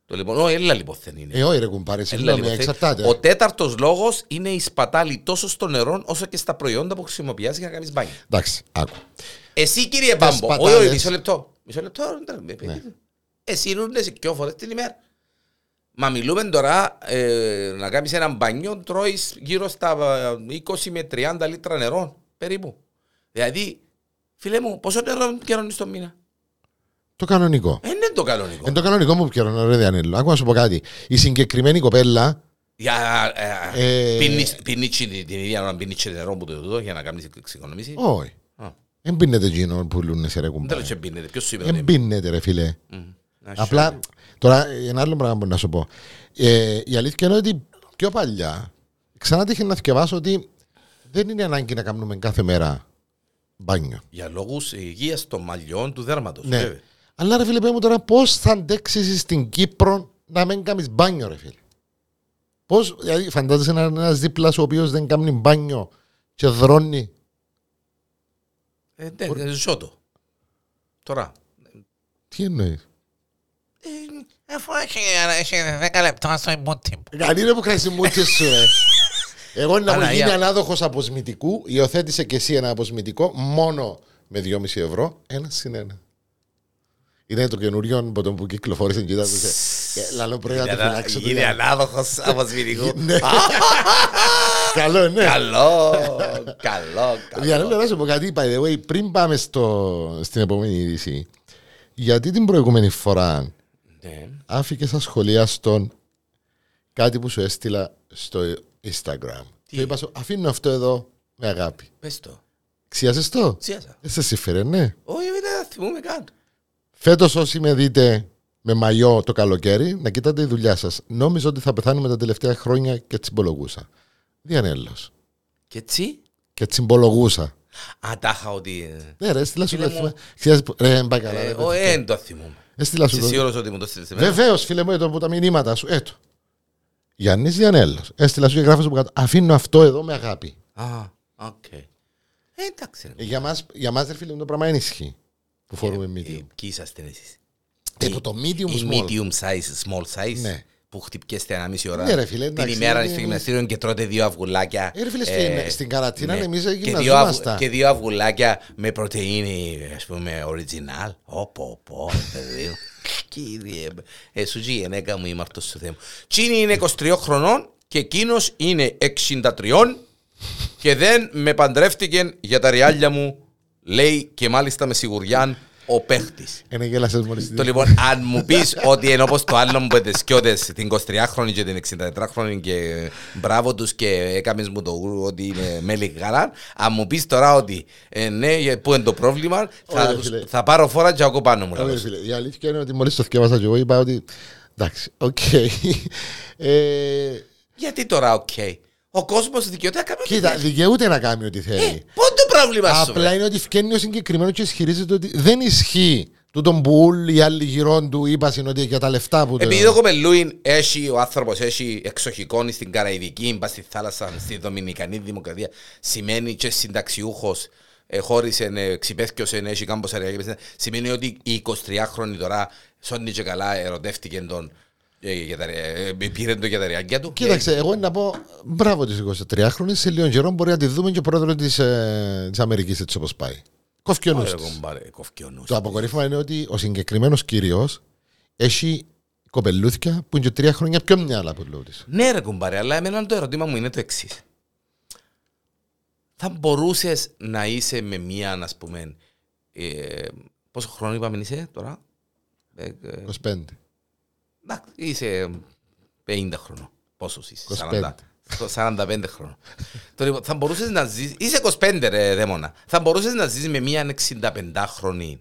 Speaker 1: Το λοιπόν, όχι, έλα λοιπόν δεν είναι.
Speaker 2: Ε, όχι ρε κουμπάρε,
Speaker 1: Έλα
Speaker 2: συγγνώμη, ε,
Speaker 1: λίγο, θε-
Speaker 2: εξαρτάται.
Speaker 1: Ο τέταρτος λόγος είναι η σπατάλη τόσο στο νερό όσο και στα προϊόντα που χρησιμοποιεί για να κάνεις μπάνιο.
Speaker 2: Εντάξει, άκου.
Speaker 1: Εσύ κύριε Πάμπο, όχι, όχι,
Speaker 2: σπατάλες. Ναι.
Speaker 1: μισό λεπτό. Μισό λεπτό, ρε, ρε, ρε, Εσύ είναι σε πιο φορές την ημέρα. Μα μιλούμε τώρα ε, να κάνεις ένα μπάνιο, τρώεις γύρω στα ε, 20 με 30 λίτρα νερό περίπου. Δηλαδή, φίλε μου, πόσο νερό καιρώνει το μήνα.
Speaker 2: Το κανονικό.
Speaker 1: Ε, είναι το κανονικό.
Speaker 2: Εν το κανονικό μου πιέρον, ρε Διανέλο. Άκου να σου πω κάτι. Η συγκεκριμένη κοπέλα,
Speaker 1: Για, ε,
Speaker 2: Ε,
Speaker 1: πίνεις- πίνεις την την ίδια ώρα πίνεις και νερό που το δω για να κάνεις εξοικονομήσεις.
Speaker 2: όχι.
Speaker 1: Α.
Speaker 2: Δεν πίνεται εκείνο που λούνε σε ρε
Speaker 1: Δεν
Speaker 2: κουμπάρε.
Speaker 1: Τέλος και πίνεται. Ποιος σου είπε ότι
Speaker 2: Δεν πίνεται ρε φίλε.
Speaker 1: Μμμ. Να σου
Speaker 2: Ε, Απλά,
Speaker 1: λέω.
Speaker 2: τώρα ένα άλλο πράγμα που να σου πω. Ε, η αλήθεια είναι ότι πιο παλιά ξανά τύχε να θυκευάσω ότι δεν είναι ανάγκη να κάνουμε κάθε μέρα μπάνιο.
Speaker 1: Για λόγους υγείας των μαλλιών του δέρματος.
Speaker 2: Ναι.
Speaker 1: βέβαια.
Speaker 2: Αλλά ρε φίλε, πες μου τώρα πώς θα αντέξεις στην Κύπρο να μην κάνεις μπάνιο, ρε φίλε. Πώς, δηλαδή, φαντάζεσαι να είναι ένας δίπλας ο οποίος δεν κάνει μπάνιο και δρώνει.
Speaker 1: Ε, ναι, ε, ζω το. Τώρα.
Speaker 2: Τι εννοείς.
Speaker 3: Ε, Αφού έχει, έχει 10 λεπτά στο ημπούτι.
Speaker 2: Κανεί ρε που χρησιμοποιεί σου,
Speaker 1: <laughs>
Speaker 2: ρε. Εγώ να μου
Speaker 1: Παναγία.
Speaker 2: γίνει ανάδοχος αποσμητικού, υιοθέτησε και εσύ ένα αποσμητικό μόνο με 2,5 ευρώ, ένα συν ένα. Είναι το καινούριο από τον που κυκλοφόρησε και ήταν Ε, Λαλό πρέπει να το φυλάξω. το
Speaker 1: Γίνει
Speaker 2: για-
Speaker 1: ανάδοχος από σμυρικού.
Speaker 2: <laughs> Ναι. Καλό, ναι.
Speaker 1: Καλό, καλό,
Speaker 2: Διανέλα
Speaker 1: καλό.
Speaker 2: να σου πω κάτι, by the way, πριν πάμε στο, στην επόμενη είδηση, γιατί την προηγούμενη φορά
Speaker 1: Ναι.
Speaker 2: άφηκες στα σχολεία στον κάτι που σου έστειλα στο Instagram.
Speaker 1: Τι?
Speaker 2: Του είπα σου, αφήνω αυτό εδώ με αγάπη.
Speaker 1: Πες το.
Speaker 2: Ξιάζεσαι το.
Speaker 1: Τσίασα.
Speaker 2: Δεν σε συμφέρε, ναι.
Speaker 1: Όχι, δεν θυμούμαι καν.
Speaker 2: Φέτος, όσοι με δείτε με μαγιό το καλοκαίρι, να κοιτάτε τη δουλειά σας. Νόμιζα ότι θα πεθάνουμε τα τελευταία χρόνια και τσιμπολογούσα. Διανέλο.
Speaker 1: Και τσι.
Speaker 2: Και τσιμπολογούσα.
Speaker 1: Α, τα είχα ότι... ε,
Speaker 2: Ναι, ρε, έστειλα σου
Speaker 1: Φίλε
Speaker 2: το.
Speaker 1: μου.
Speaker 2: Ξιάζεσαι που- Ρε, μπα καλά.
Speaker 1: Ε,
Speaker 2: ρε,
Speaker 1: Ο,
Speaker 2: παιδιά.
Speaker 1: ε, δεν το θυμούμαι.
Speaker 2: Έστειλα σου
Speaker 1: Είσαι
Speaker 2: το.
Speaker 1: σίγουρος ότι μου το στείλες εμένα.
Speaker 2: Βεβαίως, φίλε μου, εδώ από τα μηνύματα σου. Έτω. Γιάννης Διανέλο. Έστειλα σου και γράφω σου που κάτω. Αφήνω αυτό εδώ με αγάπη.
Speaker 1: Α, οκ. Ε, Εντάξει. ρε.
Speaker 2: Ε, Για μας, για μας, ρε φίλε μου, το πράγμα είναι ισχύ που φορούμε
Speaker 1: Ε,
Speaker 2: medium.
Speaker 1: Ποιοι ήσασταν εσείς.
Speaker 2: Ε, Υπό το medium
Speaker 1: Η
Speaker 2: small.
Speaker 1: medium size, small size.
Speaker 2: Ναι.
Speaker 1: Που χτυπιέστε ένα μισή ώρα.
Speaker 2: Ναι, ρε φίλε,
Speaker 1: Την
Speaker 2: εντάξει,
Speaker 1: ημέρα
Speaker 2: είναι-
Speaker 1: στο γυμναστήριο και τρώτε δύο αυγουλάκια.
Speaker 2: Ε, ρε φίλε,
Speaker 1: ε,
Speaker 2: στην- στην καρατίνα εμείς
Speaker 1: Και δύο, αυγ-
Speaker 2: γυμναζόμασταν.
Speaker 1: και δύο αυγουλάκια με πρωτεΐνη, ας πούμε, original. Όπο, πω, παιδί
Speaker 2: <laughs>
Speaker 1: μου. Κύριε, ε, σου ζει η ενέκα μου, είμαι αυτός του Θεού. Τσίνι είναι 23 χρονών και εκείνος είναι 63 και δεν με παντρεύτηκε για τα ριάλια μου, λέει και μάλιστα με σιγουριάν ο παίχτης.
Speaker 2: Ένα γέλασες μόλις.
Speaker 1: Το λοιπόν, αν μου πεις ότι ενώ πως το άλλο μου που σκιώτε την 23χρονη και την 64χρονη και μπράβο τους και έκαμες μου το γουρ ότι είναι μέλη καλά, αν μου πεις τώρα ότι ε, ναι, για- πού είναι το πρόβλημα, θα,
Speaker 2: Ωραία, φίλε.
Speaker 1: θα πάρω φόρα και ακούω πάνω μου.
Speaker 2: Ρε
Speaker 1: λαλώς.
Speaker 2: φίλε, η αλήθεια είναι ότι μόλις το θυκεύασα και εγώ είπα ότι. Εντάξει, οκ. Ε,
Speaker 1: Γιατί τώρα, οκ. Ο κόσμος δικαιούται να κάνει ό,τι
Speaker 2: Κοίτα,
Speaker 1: θέλει.
Speaker 2: δικαιούται να κάνει ό,τι
Speaker 1: Ε,
Speaker 2: θέλει.
Speaker 1: Πού είναι το πρόβλημα σου.
Speaker 2: Απλά
Speaker 1: βρε.
Speaker 2: είναι ότι φκένει ο συγκεκριμένος και ισχυρίζεται ότι δεν ισχύει του τον Μπούλ, οι άλλοι γυρών του είπασαν ότι για τα λεφτά που. το-
Speaker 1: Επειδή το κοπελούιν έχει, ο άνθρωπος έχει εξοχικών στην Καραϊδική, μπα στη θάλασσα, στη Δομινικανή Δημοκρατία, σημαίνει και συνταξιούχος χώρισε, ε, ξυπέθκιωσε, έχει κάμπος αριακή. Σημαίνει ότι η 23χρονη τώρα, σώνει και καλά, ερωτεύτηκε τον. ε, για τα ρε- ε, Πήρε το για τα ριάκια του. Ε,
Speaker 2: Κοίταξε, εγώ να πω μπράβο της 23χρονη. Σε λίγο καιρό μπορεί να τη δούμε και πρόεδρος της ε, της Αμερικής έτσι όπως πάει. Κόφει ο νους της. Το αποκορύφωμα είναι ότι ο συγκεκριμένος κύριος έχει κοπελούθια που είναι και τρία χρόνια πιο μυαλά από λόγω της.
Speaker 1: Ναι, ρε κουμπάρε, αλλά εμένα το ερώτημα μου είναι το εξής. Θα μπορούσες να είσαι με μία, α πούμε. Ε, πόσο χρόνο είπαμε είσαι τώρα, ε, ε,
Speaker 2: 25.
Speaker 1: Εντάξει, είσαι 50 χρονών. Πόσο είσαι,
Speaker 2: 25.
Speaker 1: 40, 45 χρονών. Τώρα, λοιπόν, θα μπορούσες να ζεις. Είσαι 25, ρε δαίμονα. Θα μπορούσες να ζεις με μια 65χρονη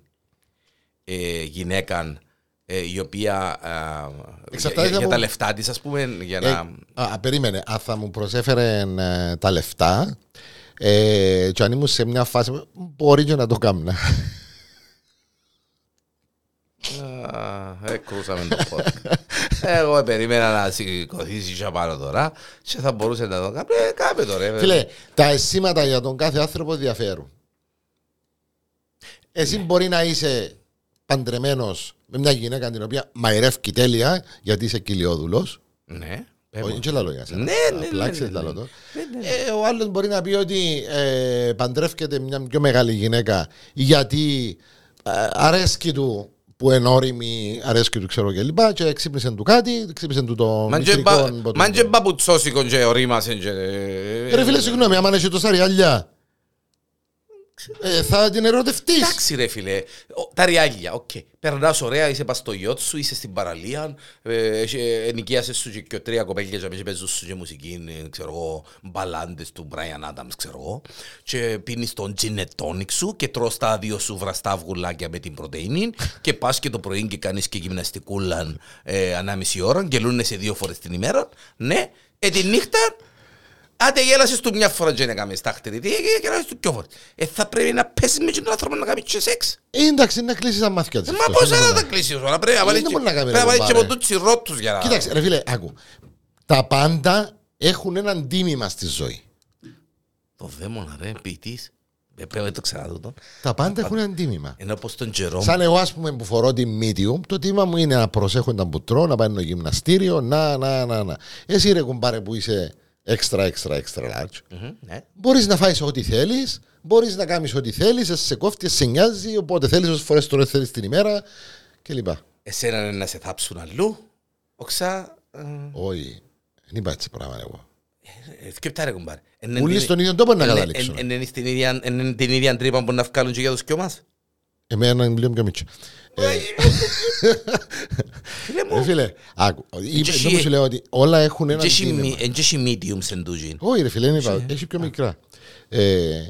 Speaker 1: ε, γυναίκα ε, η οποία. ε, για,
Speaker 2: Εξαρτάται
Speaker 1: για- για
Speaker 2: από-
Speaker 1: τα λεφτά της, ας πούμε, για
Speaker 2: Ε,
Speaker 1: να.
Speaker 2: α, περίμενε. Αν θα μου προσέφερε ε, τα λεφτά, ε, και αν ήμουν σε μια φάση, μπορεί και να το
Speaker 1: Ε.
Speaker 2: κάμνα.
Speaker 1: Α, ε, κρούσαμε το πόδι. Ε, Εγώ περίμενα να σηκωθείς ίσια πάνω τώρα και θα μπορούσε να το κάνει. Ε, κάμε το ρε.
Speaker 2: Φίλε, τα αισθήματα για τον κάθε άνθρωπο διαφέρουν. Εσύ
Speaker 1: Ναι.
Speaker 2: μπορεί να είσαι παντρεμένος με μια γυναίκα την οποία μαϊρεύει τέλεια γιατί είσαι κοιλιόδουλος.
Speaker 1: Ναι.
Speaker 2: Όχι,
Speaker 1: Ε,
Speaker 2: δεν λαλό για σένα.
Speaker 1: Ναι, ναι, ναι,
Speaker 2: Απλά
Speaker 1: ναι,
Speaker 2: ξέρεις
Speaker 1: ναι,
Speaker 2: λαλό
Speaker 1: ναι.
Speaker 2: το. Ε, Ο άλλος μπορεί να πει ότι ε, παντρεύκεται μια πιο μεγάλη γυναίκα γιατί ε, αρέσκει του που είναι όρημη, αρέσκει του ξέρω και λοιπά και ξύπνησε του κάτι, ξύπνησε του το
Speaker 1: Μαν και
Speaker 2: μυστρικό.
Speaker 1: μπα-
Speaker 2: ποτού.
Speaker 1: Μαν και μπαπουτσόσικον και ορίμασεν και...
Speaker 2: Ε, Ρε φίλε, συγγνώμη, άμα έχει τόσα ριάλια. ε, θα την ερωτευτείς.
Speaker 1: Εντάξει ρε φίλε, Ο- τα ριάλια, οκ. Περνάς ωραία, είσαι πας στο γιότ σου, είσαι στην παραλία, ε, έχει- ε, ενοικίασες σου και- και τρία κοπέλια και μέσα παίζουν σου και μουσική, ε, ξέρω εγώ, μπαλάντες του Brian Adams, ξέρω εγώ, και πίνεις τον gin and tonic σου και τρως τα δύο σου βραστά αυγουλάκια με την πρωτεΐνη και πας και το πρωί και κάνεις και γυμναστικούλα ε, ανάμιση ώρα, γελούνεσαι δύο φορές την ημέρα, ναι, ε, τη νύχτα Άντε γέλασες του μια φορά και να κάνεις τα χτυρίδια και γέλασες του πιο φορά. Ε, θα πρέπει να πέσεις με τον άνθρωπο να κάνεις και σεξ.
Speaker 2: Ε, εντάξει, να κλείσει τα μάτια της.
Speaker 1: Ε, Μα πώς να τα κλείσεις όλα, πρέπει να βάλεις
Speaker 2: δεν
Speaker 1: και-
Speaker 2: μπορεί να κάνει,
Speaker 1: πρέπει να
Speaker 2: ρε,
Speaker 1: βάλεις και
Speaker 2: κουμπάρε.
Speaker 1: ποτού τσιρότους για να...
Speaker 2: Κοίταξε, ρε φίλε, άκου. Τα πάντα έχουν έναν τίμημα στη ζωή.
Speaker 1: Το δαίμονα ρε, ποιητής. Ε, Πρέπει να το ξαναδώ τον.
Speaker 2: Τα πάντα έχουν έναν τίμημα.
Speaker 1: Ενώ πως τον Τζερόμ...
Speaker 2: Σαν εγώ, ας πούμε, που φορώ τη medium, το τίμημα μου είναι να προσέχω τα μπουτρό, να πάω στο γυμναστήριο, να, να, να, να. Εσύ, ρε κουμπάρε, που είσαι extra, extra, extra large,
Speaker 1: Μμμ, ναι.
Speaker 2: Μπορείς να φάεις ό,τι θέλεις, μπορείς να κάνεις ό,τι θέλεις, σε κόφτει, σε νοιάζει, οπότε θέλεις όσες φορές τώρα θέλεις την ημέρα κλπ.
Speaker 1: Εσένα είναι να σε θάψουν αλλού. Οξά. ε,
Speaker 2: Όχι. Δεν είπα έτσι πράγμα εγώ.
Speaker 1: ε, Σκεπτά ρε κουμπάρ. Εν-
Speaker 2: Όλοι
Speaker 1: εν-
Speaker 2: στον ίδιο τόπο να
Speaker 1: εν-
Speaker 2: καταλήξουν.
Speaker 1: εν- εν- εν- στην ίδια- εν- εν- την ίδια τρύπα που να βγάλουν και για τους και μας.
Speaker 2: Εμένα είναι λίγο πιο μίτσο.
Speaker 1: Φίλε
Speaker 2: Ρε
Speaker 1: μου,
Speaker 2: φίλε, άκου. Είπε-
Speaker 1: Ε, εσύ-
Speaker 2: Δεν μου σου λέω ότι όλα έχουν ένα
Speaker 1: εν και έχει
Speaker 2: κίνημα.
Speaker 1: μι- εν και έχει mediums εν τούτοι.
Speaker 2: Όχι ρε φίλε, δεν είπα. Έχει πιο μικρά. Ε,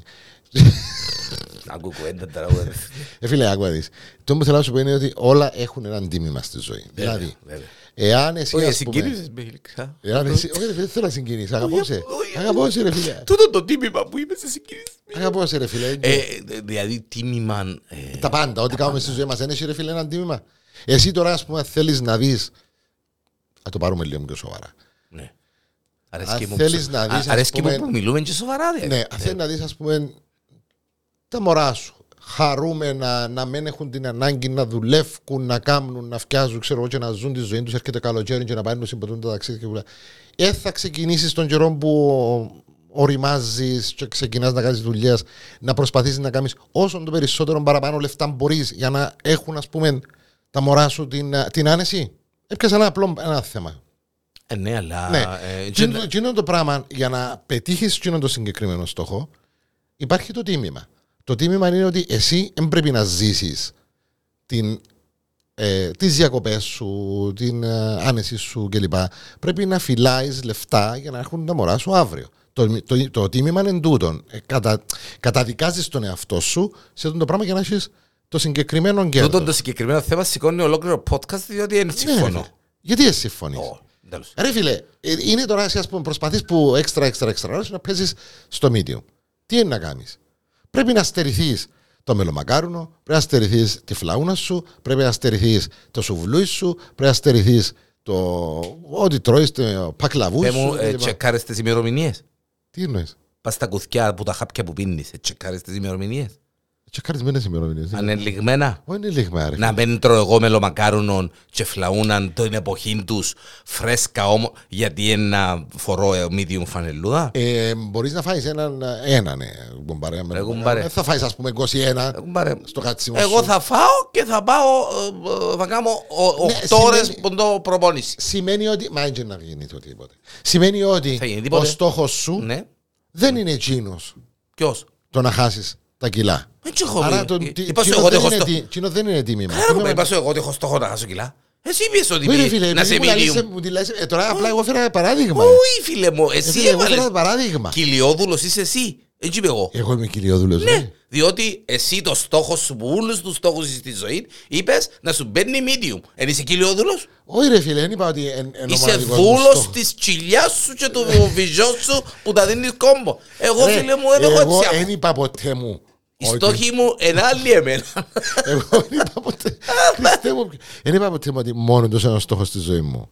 Speaker 1: Ακούω κουβέντα τώρα. βέβαια.
Speaker 2: Ε, φίλε, άκου να δεις. Το που θέλω να σου πω είναι ότι όλα έχουν ένα τίμημα στη ζωή. Δηλαδή,
Speaker 1: Βέβαια.
Speaker 2: εάν εσύ.
Speaker 1: Όχι,
Speaker 2: ας
Speaker 1: εσύ
Speaker 2: πούμε,
Speaker 1: κυρίζες με γλυκά.
Speaker 2: Εάν εσύ. Όχι, ρε φίλε, δεν θέλω να συγκινήσει. Αγαπώ σε.
Speaker 1: όχι.
Speaker 2: Αγαπώ σε, ρε φίλε.
Speaker 1: Τούτο το τίμημα που είπες εσύ κυρίζες.
Speaker 2: Αγαπώ σε, ρε φίλε.
Speaker 1: Ε, δε- Δηλαδή τίμημα... ε,
Speaker 2: Τα πάντα, ό,τι κάνουμε στη ζωή μας. Δεν έχει ρε φίλε ένα τίμημα. Εσύ τώρα, ας πούμε, θέλεις να δεις. Α το πάρουμε λίγο πιο σοβαρά.
Speaker 1: ναι. Αρέσκει
Speaker 2: Αν
Speaker 1: μου
Speaker 2: θέλεις
Speaker 1: που-
Speaker 2: να δεις,
Speaker 1: Ας,
Speaker 2: ας
Speaker 1: αρέσκει μου
Speaker 2: πούμε-
Speaker 1: που μιλούμε και σοβαρά. δε.
Speaker 2: Ναι, αν θέλεις να δεις, ας πούμε, τα μωρά σου. Χαρούμενα να μην έχουν την ανάγκη να δουλεύουν, να κάνουν, να φτιάζουν, ξέρω εγώ, και να ζουν τη ζωή τους. Έρχεται καλοκαίρι και να πάνε να συμπατούν τα ταξίδια και βουλά. Ε, θα ξεκινήσεις τον καιρό που οριμάζεις και ξεκινάς να κάνεις δουλειές, να προσπαθήσεις να κάνεις όσο το περισσότερο παραπάνω λεφτά μπορείς για να έχουν, ας πούμε, τα μωρά σου την, α, την άνεση. Έπιασα ένα απλό ένα θέμα.
Speaker 1: Ε, Ναι, αλλά...
Speaker 2: Ναι.
Speaker 1: ε, και-
Speaker 2: Τζίνο- τζίνο το πράγμα, για να πετύχεις το συγκεκριμένο στόχο, υπάρχει το τίμημα. Το τίμημα είναι ότι εσύ δεν πρέπει να ζήσεις ε, τις διακοπές σου, την ε, άνεση σου κλπ. Πρέπει να φυλάεις λεφτά για να έχουν τα μωρά σου αύριο. Το, το, το τίμημα είναι τούτο. Ε, κατα, Καταδικάζεις τον εαυτό σου σε αυτό το πράγμα για να έχεις το συγκεκριμένο
Speaker 1: Τούτο
Speaker 2: κέρδο.
Speaker 1: το συγκεκριμένο θέμα σηκώνει ολόκληρο podcast διότι
Speaker 2: Ναι,
Speaker 1: δεν συμφωνώ.
Speaker 2: Γιατί εσύ συμφωνείς.
Speaker 1: Ω, τέλος.
Speaker 2: Ρε φίλε, ε, είναι τώρα εσύ ας πούμε προσπαθείς που έξτρα έξτρα έξτρα ώρες να παίζεις στο medium. Τι είναι να κάνεις. Πρέπει να στερηθείς το μελομακάρουνο, πρέπει να στερηθείς τη φλαούνα σου, πρέπει να στερηθείς το σουβλούι σου, πρέπει να στερηθείς το ό,τι τρώεις, το πακλαβούς
Speaker 1: Πε
Speaker 2: σου.
Speaker 1: μου, ε,
Speaker 2: κλπ.
Speaker 1: τσεκάρες τις ημερομηνίες.
Speaker 2: Τι εννοείς.
Speaker 1: Πας στα κουθιά που τα χάπια που πίνεις. ε, Τσεκάρες τις ημερομηνίες.
Speaker 2: Τσεκαρισμένες ημερομηνίες. δεν είναι.
Speaker 1: Ανελιγμένα.
Speaker 2: Όχι είναι λίγμα ρε.
Speaker 1: ναι. Να μην τρώω εγώ μελομακάρονον και φλαούναν την εποχή τους φρέσκα όμως γιατί ένα φορώ ε, medium φανελούδα.
Speaker 2: Ε, μπορείς να φάεις έναν, έναν ε, κουμπαρέ, με
Speaker 1: κουμπαρέ.
Speaker 2: μελομακάρουνο. Δεν θα φάεις ας πούμε 21
Speaker 1: Ε, κουμπάρε,
Speaker 2: στο κάτσιμο
Speaker 1: Εγώ
Speaker 2: σου.
Speaker 1: θα φάω και θα πάω, ε, ε, θα κάνω 8
Speaker 2: Ναι, σημαίνει-
Speaker 1: ώρες ποντό προπόνηση.
Speaker 2: σημαίνει ότι. Μα έτσι να γίνει το τίποτε. Σημαίνει ότι
Speaker 1: Θα γίνει
Speaker 2: ο
Speaker 1: τίποτε.
Speaker 2: στόχος σου
Speaker 1: Ναι,
Speaker 2: δεν είναι εκείνος
Speaker 1: ποιος.
Speaker 2: το να χάσεις τα κιλά.
Speaker 1: Δεν τσ' έχω
Speaker 2: Άρα
Speaker 1: πει.
Speaker 2: το
Speaker 1: Ε,
Speaker 2: τι-
Speaker 1: είπα σου
Speaker 2: εκείνο
Speaker 1: εγώ ότι
Speaker 2: δεν
Speaker 1: έχω
Speaker 2: είναι
Speaker 1: στο-
Speaker 2: τι- εκείνο δεν είναι τίμημα.
Speaker 1: Άρα μου
Speaker 2: Τίμημα-
Speaker 1: είπα σου εγώ ότι έχω στόχο να χάσω κιλά. Εσύ είπες ότι
Speaker 2: Όχι, ρε
Speaker 1: πει-
Speaker 2: φίλε,
Speaker 1: να σε
Speaker 2: επειδή μου λαλείς,
Speaker 1: medium.
Speaker 2: μου τη λες- ε, Τώρα απλά εγώ φέρα παράδειγμα.
Speaker 1: Όχι φίλε μου,
Speaker 2: Ε,
Speaker 1: εσύ
Speaker 2: φίλε, Εγώ φέρα
Speaker 1: έβαλες
Speaker 2: παράδειγμα.
Speaker 1: Κυλιόδουλος είσαι εσύ. Έτσι είμαι εγώ.
Speaker 2: Εγώ είμαι ε. κυριοδούλο.
Speaker 1: Ναι, διότι εσύ το στόχος σου που όλους τους στόχους στη ζωή είπες να σου μπαίνει medium. Εν είσαι κοιλιόδουλο.
Speaker 2: Όχι, ρε φίλε, δεν είπα ότι. εν- εν ο
Speaker 1: Είσαι
Speaker 2: μοναδικός μου
Speaker 1: δούλο
Speaker 2: στόχος.
Speaker 1: της κοιλιάς σου και του βυζιός σου που τα δίνεις κόμπο. Εγώ,
Speaker 2: Ρε,
Speaker 1: φίλε μου, δεν έχω
Speaker 2: Εγώ
Speaker 1: έτσι.
Speaker 2: δεν
Speaker 1: άκου.
Speaker 2: είπα ποτέ μου.
Speaker 1: Οι
Speaker 2: ότι-
Speaker 1: στόχοι μου εν άλλη εμένα.
Speaker 2: <laughs> Εγώ δεν είπα ποτέ. Χριστέ μου, δεν είπα ποτέ μου ότι μόνο του ένα στόχος στη ζωή μου.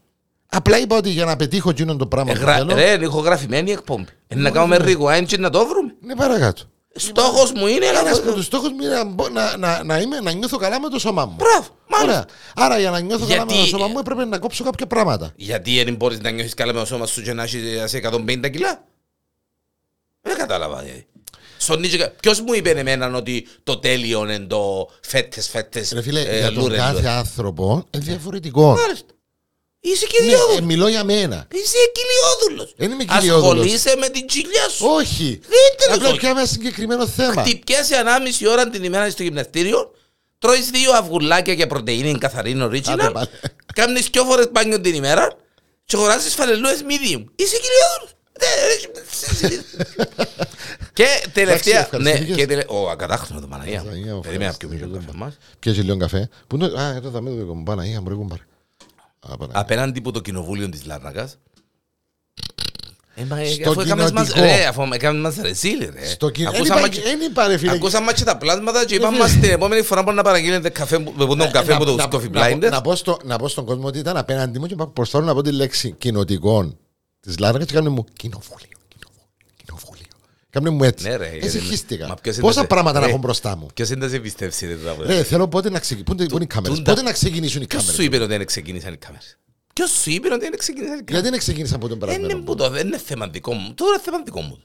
Speaker 2: Απλά είπα ότι για να πετύχω εκείνον το πράγμα που
Speaker 1: Ε, Γρα-
Speaker 2: θέλω.
Speaker 1: Ρε, είναι ηχογραφημένη εκπομπή. Ε, Να κάνουμε rewind και να το βρούμε.
Speaker 2: Ναι, παρακάτω.
Speaker 1: Στόχος μου είναι να
Speaker 2: Ένα από
Speaker 1: το
Speaker 2: τους στόχους μου είναι να, μπο- να, να, να, είμαι, να νιώθω καλά με το σώμα μου.
Speaker 1: Μπράβο, μάλιστα.
Speaker 2: Ωραία. Άρα για να νιώθω καλά με το
Speaker 1: Γιατί- ε,
Speaker 2: σώμα μου έπρεπε να κόψω κάποια πράγματα.
Speaker 1: Γιατί δεν μπορείς να νιώθεις καλά με το σώμα σου και να έχεις ε, 150 κιλά. Δεν κατάλαβα. ε. Στον Νίτζε, ποιος μου είπε εμένα ότι το τέλειο είναι το φέτες, φέτες,
Speaker 2: Ρε φίλε,
Speaker 1: ε,
Speaker 2: για τον
Speaker 1: λούρε,
Speaker 2: κάθε
Speaker 1: λούρε.
Speaker 2: άνθρωπο είναι διαφορετικός.
Speaker 1: Μάλιστα. Είσαι
Speaker 2: Ναι, ε,
Speaker 1: κυλιόδουλος.
Speaker 2: μιλώ για μένα.
Speaker 1: Είσαι κυλιόδουλος.
Speaker 2: Δεν είμαι κυριόδουλος.
Speaker 1: Ασχολείσαι με την κοιλιά σου.
Speaker 2: Όχι.
Speaker 1: Δεν
Speaker 2: Απλά
Speaker 1: είναι
Speaker 2: πια ένα συγκεκριμένο θέμα.
Speaker 1: Χτυπιάσαι ανάμιση ώρα την ημέρα στο γυμναστήριο, τρώεις δύο αυγουλάκια για πρωτεΐνη καθαρήν
Speaker 2: Άντε
Speaker 1: original,
Speaker 2: πάλι.
Speaker 1: κάνεις δυο φορές μπάνιο την ημέρα και χωράζεις φανελούες medium. Είσαι κυριόδουλος. Δε, ρε, συζητήσεις. Και τελευταία...
Speaker 2: Εντάξει,
Speaker 1: Ναι,
Speaker 2: ευχαριστήθηκες.
Speaker 1: και τελε- Ο, ακατάχνωτο, Παναγία. μου.
Speaker 2: Παναγία μου,
Speaker 1: Περίμενα πιο
Speaker 2: ευχαριστώ.
Speaker 1: μικρό καφέ μας.
Speaker 2: Πιέζει λίγο καφέ. Πού είναι το. Α, εδώ θα μείνω το κομπάνα. Είχα μπρο, κομπάρε. Α, Παναγία.
Speaker 1: Απέναντι από το κοινοβούλιο της Λάρνακας, ε, μα, ε,
Speaker 2: Στο
Speaker 1: αφού έκαμες μας-
Speaker 2: κοινοτικό.
Speaker 1: ρε, Αφού έκαμε μας ρεσίλ, ρε.
Speaker 2: Στο Ε, κοινό.
Speaker 1: Ακούσαμε και-
Speaker 2: Δεν είπα, ρε φίλε. ε,
Speaker 1: Ακούσαμε και τα πλάσματα και είπαμε μας την επόμενη φορά μπορεί να παραγγείλετε καφέ που- που- τον καφέ
Speaker 2: Να-
Speaker 1: από τους
Speaker 2: Ε, να-
Speaker 1: Coffee
Speaker 2: να-
Speaker 1: Blinders.
Speaker 2: να πω στο- Να πω στον κόσμο ότι ήταν απέναντι μου και προσπαθώ να πω τη λέξη κοινοτικών της Λάρνακα και κάνουν μου κοινοβούλιο. κοινοβούλιο, Κοινοβούλιο. Κάνουν μου έτσι.
Speaker 1: Ναι, ρε,
Speaker 2: Εσύ
Speaker 1: είναι-
Speaker 2: χύστηκα.
Speaker 1: μα ποιος είναι
Speaker 2: Πόσα
Speaker 1: σε-
Speaker 2: πράγματα να
Speaker 1: ρε. Ε.
Speaker 2: έχω μπροστά μου.
Speaker 1: Ποιος είναι να σε εμπιστεύσει ρε τώρα.
Speaker 2: Ρε, θέλω πότε να ξεκινήσουν. Πού είναι οι κάμερες,
Speaker 1: τούντα-
Speaker 2: Πότε να ξεκινήσουν οι
Speaker 1: Ποιος σου
Speaker 2: κάμερε.
Speaker 1: είπε ότι δεν ξεκίνησαν οι κάμερες. Ποιος σου είπε ότι δεν ξεκίνησαν οι κάμερες.
Speaker 2: Γιατί δεν ξεκίνησαν από τον
Speaker 1: Δεν είναι
Speaker 2: περασμένο.
Speaker 1: που Ε, ναι, το- δεν είναι θέμα δικό μου. Τώρα είναι θέμα δικό μου.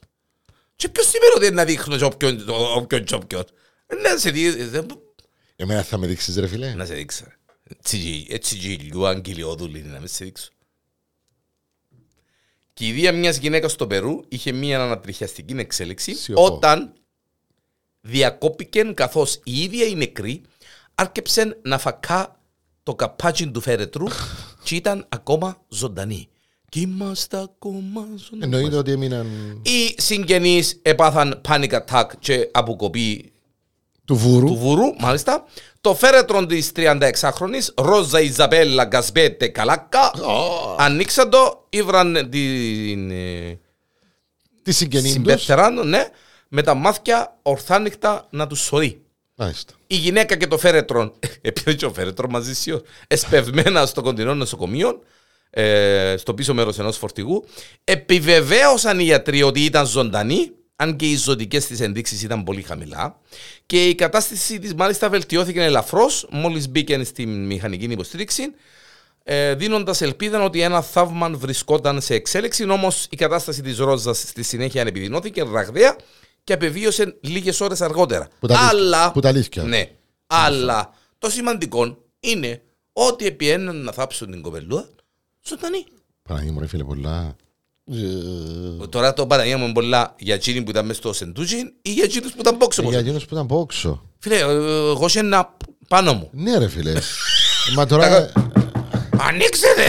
Speaker 1: Και ποιος είπε ότι είναι να δείχνω και όποιον και όποιον. και όποιον. Ε, Να σε δει- δεν- Ναι.
Speaker 2: Εμένα θα με δείξεις, ρε φιλέ.
Speaker 1: να σε δείξω. Έτσι- Έτσι γυλιού αγγελιόδουλη να με σε δείξω. Και η ιδέα μιας γυναίκας στο Περού είχε μια ανατριχιαστική εξέλιξη
Speaker 2: Σιωπώ.
Speaker 1: όταν διακόπηκε καθώς η ίδια η νεκρή άρκεψε να φακά το καπάτσι του φέρετρου και ήταν ακόμα ζωντανή. Και είμαστε ακόμα ζωντανοί.
Speaker 2: Εννοείται ότι έμειναν
Speaker 1: Οι συγγενείς έπαθαν panic attack και αποκοπή
Speaker 2: του βούρου.
Speaker 1: του Βουρού, μάλιστα. Το φέρετρο τη 36χρονη, Ρόζα Ιζαμπέλα Γκασπέτε Καλάκα,
Speaker 2: Ω,
Speaker 1: ανοίξαν το, ήβραν την ε,
Speaker 2: Τη συγγενή τους.
Speaker 1: συμπεθεράν, ναι, με τα μάτια ορθάνυχτα να τους σωρεί.
Speaker 2: Μάλιστα.
Speaker 1: Η γυναίκα και το φέρετρο, επειδή και ο φέρετρο μαζί σου, εσπευμένα στο κοντινό νοσοκομείο, ε, στο πίσω μέρος ενός φορτηγού, επιβεβαίωσαν οι γιατροί ότι ήταν ζωντανή, αν και οι ζωτικές της ενδείξεις ήταν πολύ χαμηλά. Και η κατάσταση της μάλιστα βελτιώθηκε ελαφρώς μόλις μπήκε στην μηχανική υποστήριξη, ε, δίνοντας ελπίδα ότι ένα θαύμα βρισκόταν σε εξέλιξη. Όμως η κατάσταση της Ρόζας στη συνέχεια επιδεινώθηκε ραγδαία και απεβίωσε λίγες ώρες αργότερα.
Speaker 2: Που τα αλήθεια-
Speaker 1: Αλλά.
Speaker 2: που τα αλήθεια.
Speaker 1: Ναι. Αλλά το σημαντικό είναι ότι επιέναν να θάψουν την κοπελούα ζωντανή.
Speaker 2: Παναγία μου ρε φίλε πολλά. Ε,
Speaker 1: Τώρα το Παναγία μου είναι πολλά για εκείνη που ήταν μέσα στο σεντούτσι ή για εκείνους που ήταν πόξο.
Speaker 2: Για εκείνους που ήταν από όξο.
Speaker 1: Φίλε, ε, εγώ σε ένα πάνω μου.
Speaker 2: Ναι ρε
Speaker 1: <laughs>
Speaker 2: φίλε. Μα τώρα... <laughs>
Speaker 1: Ανοίξετε!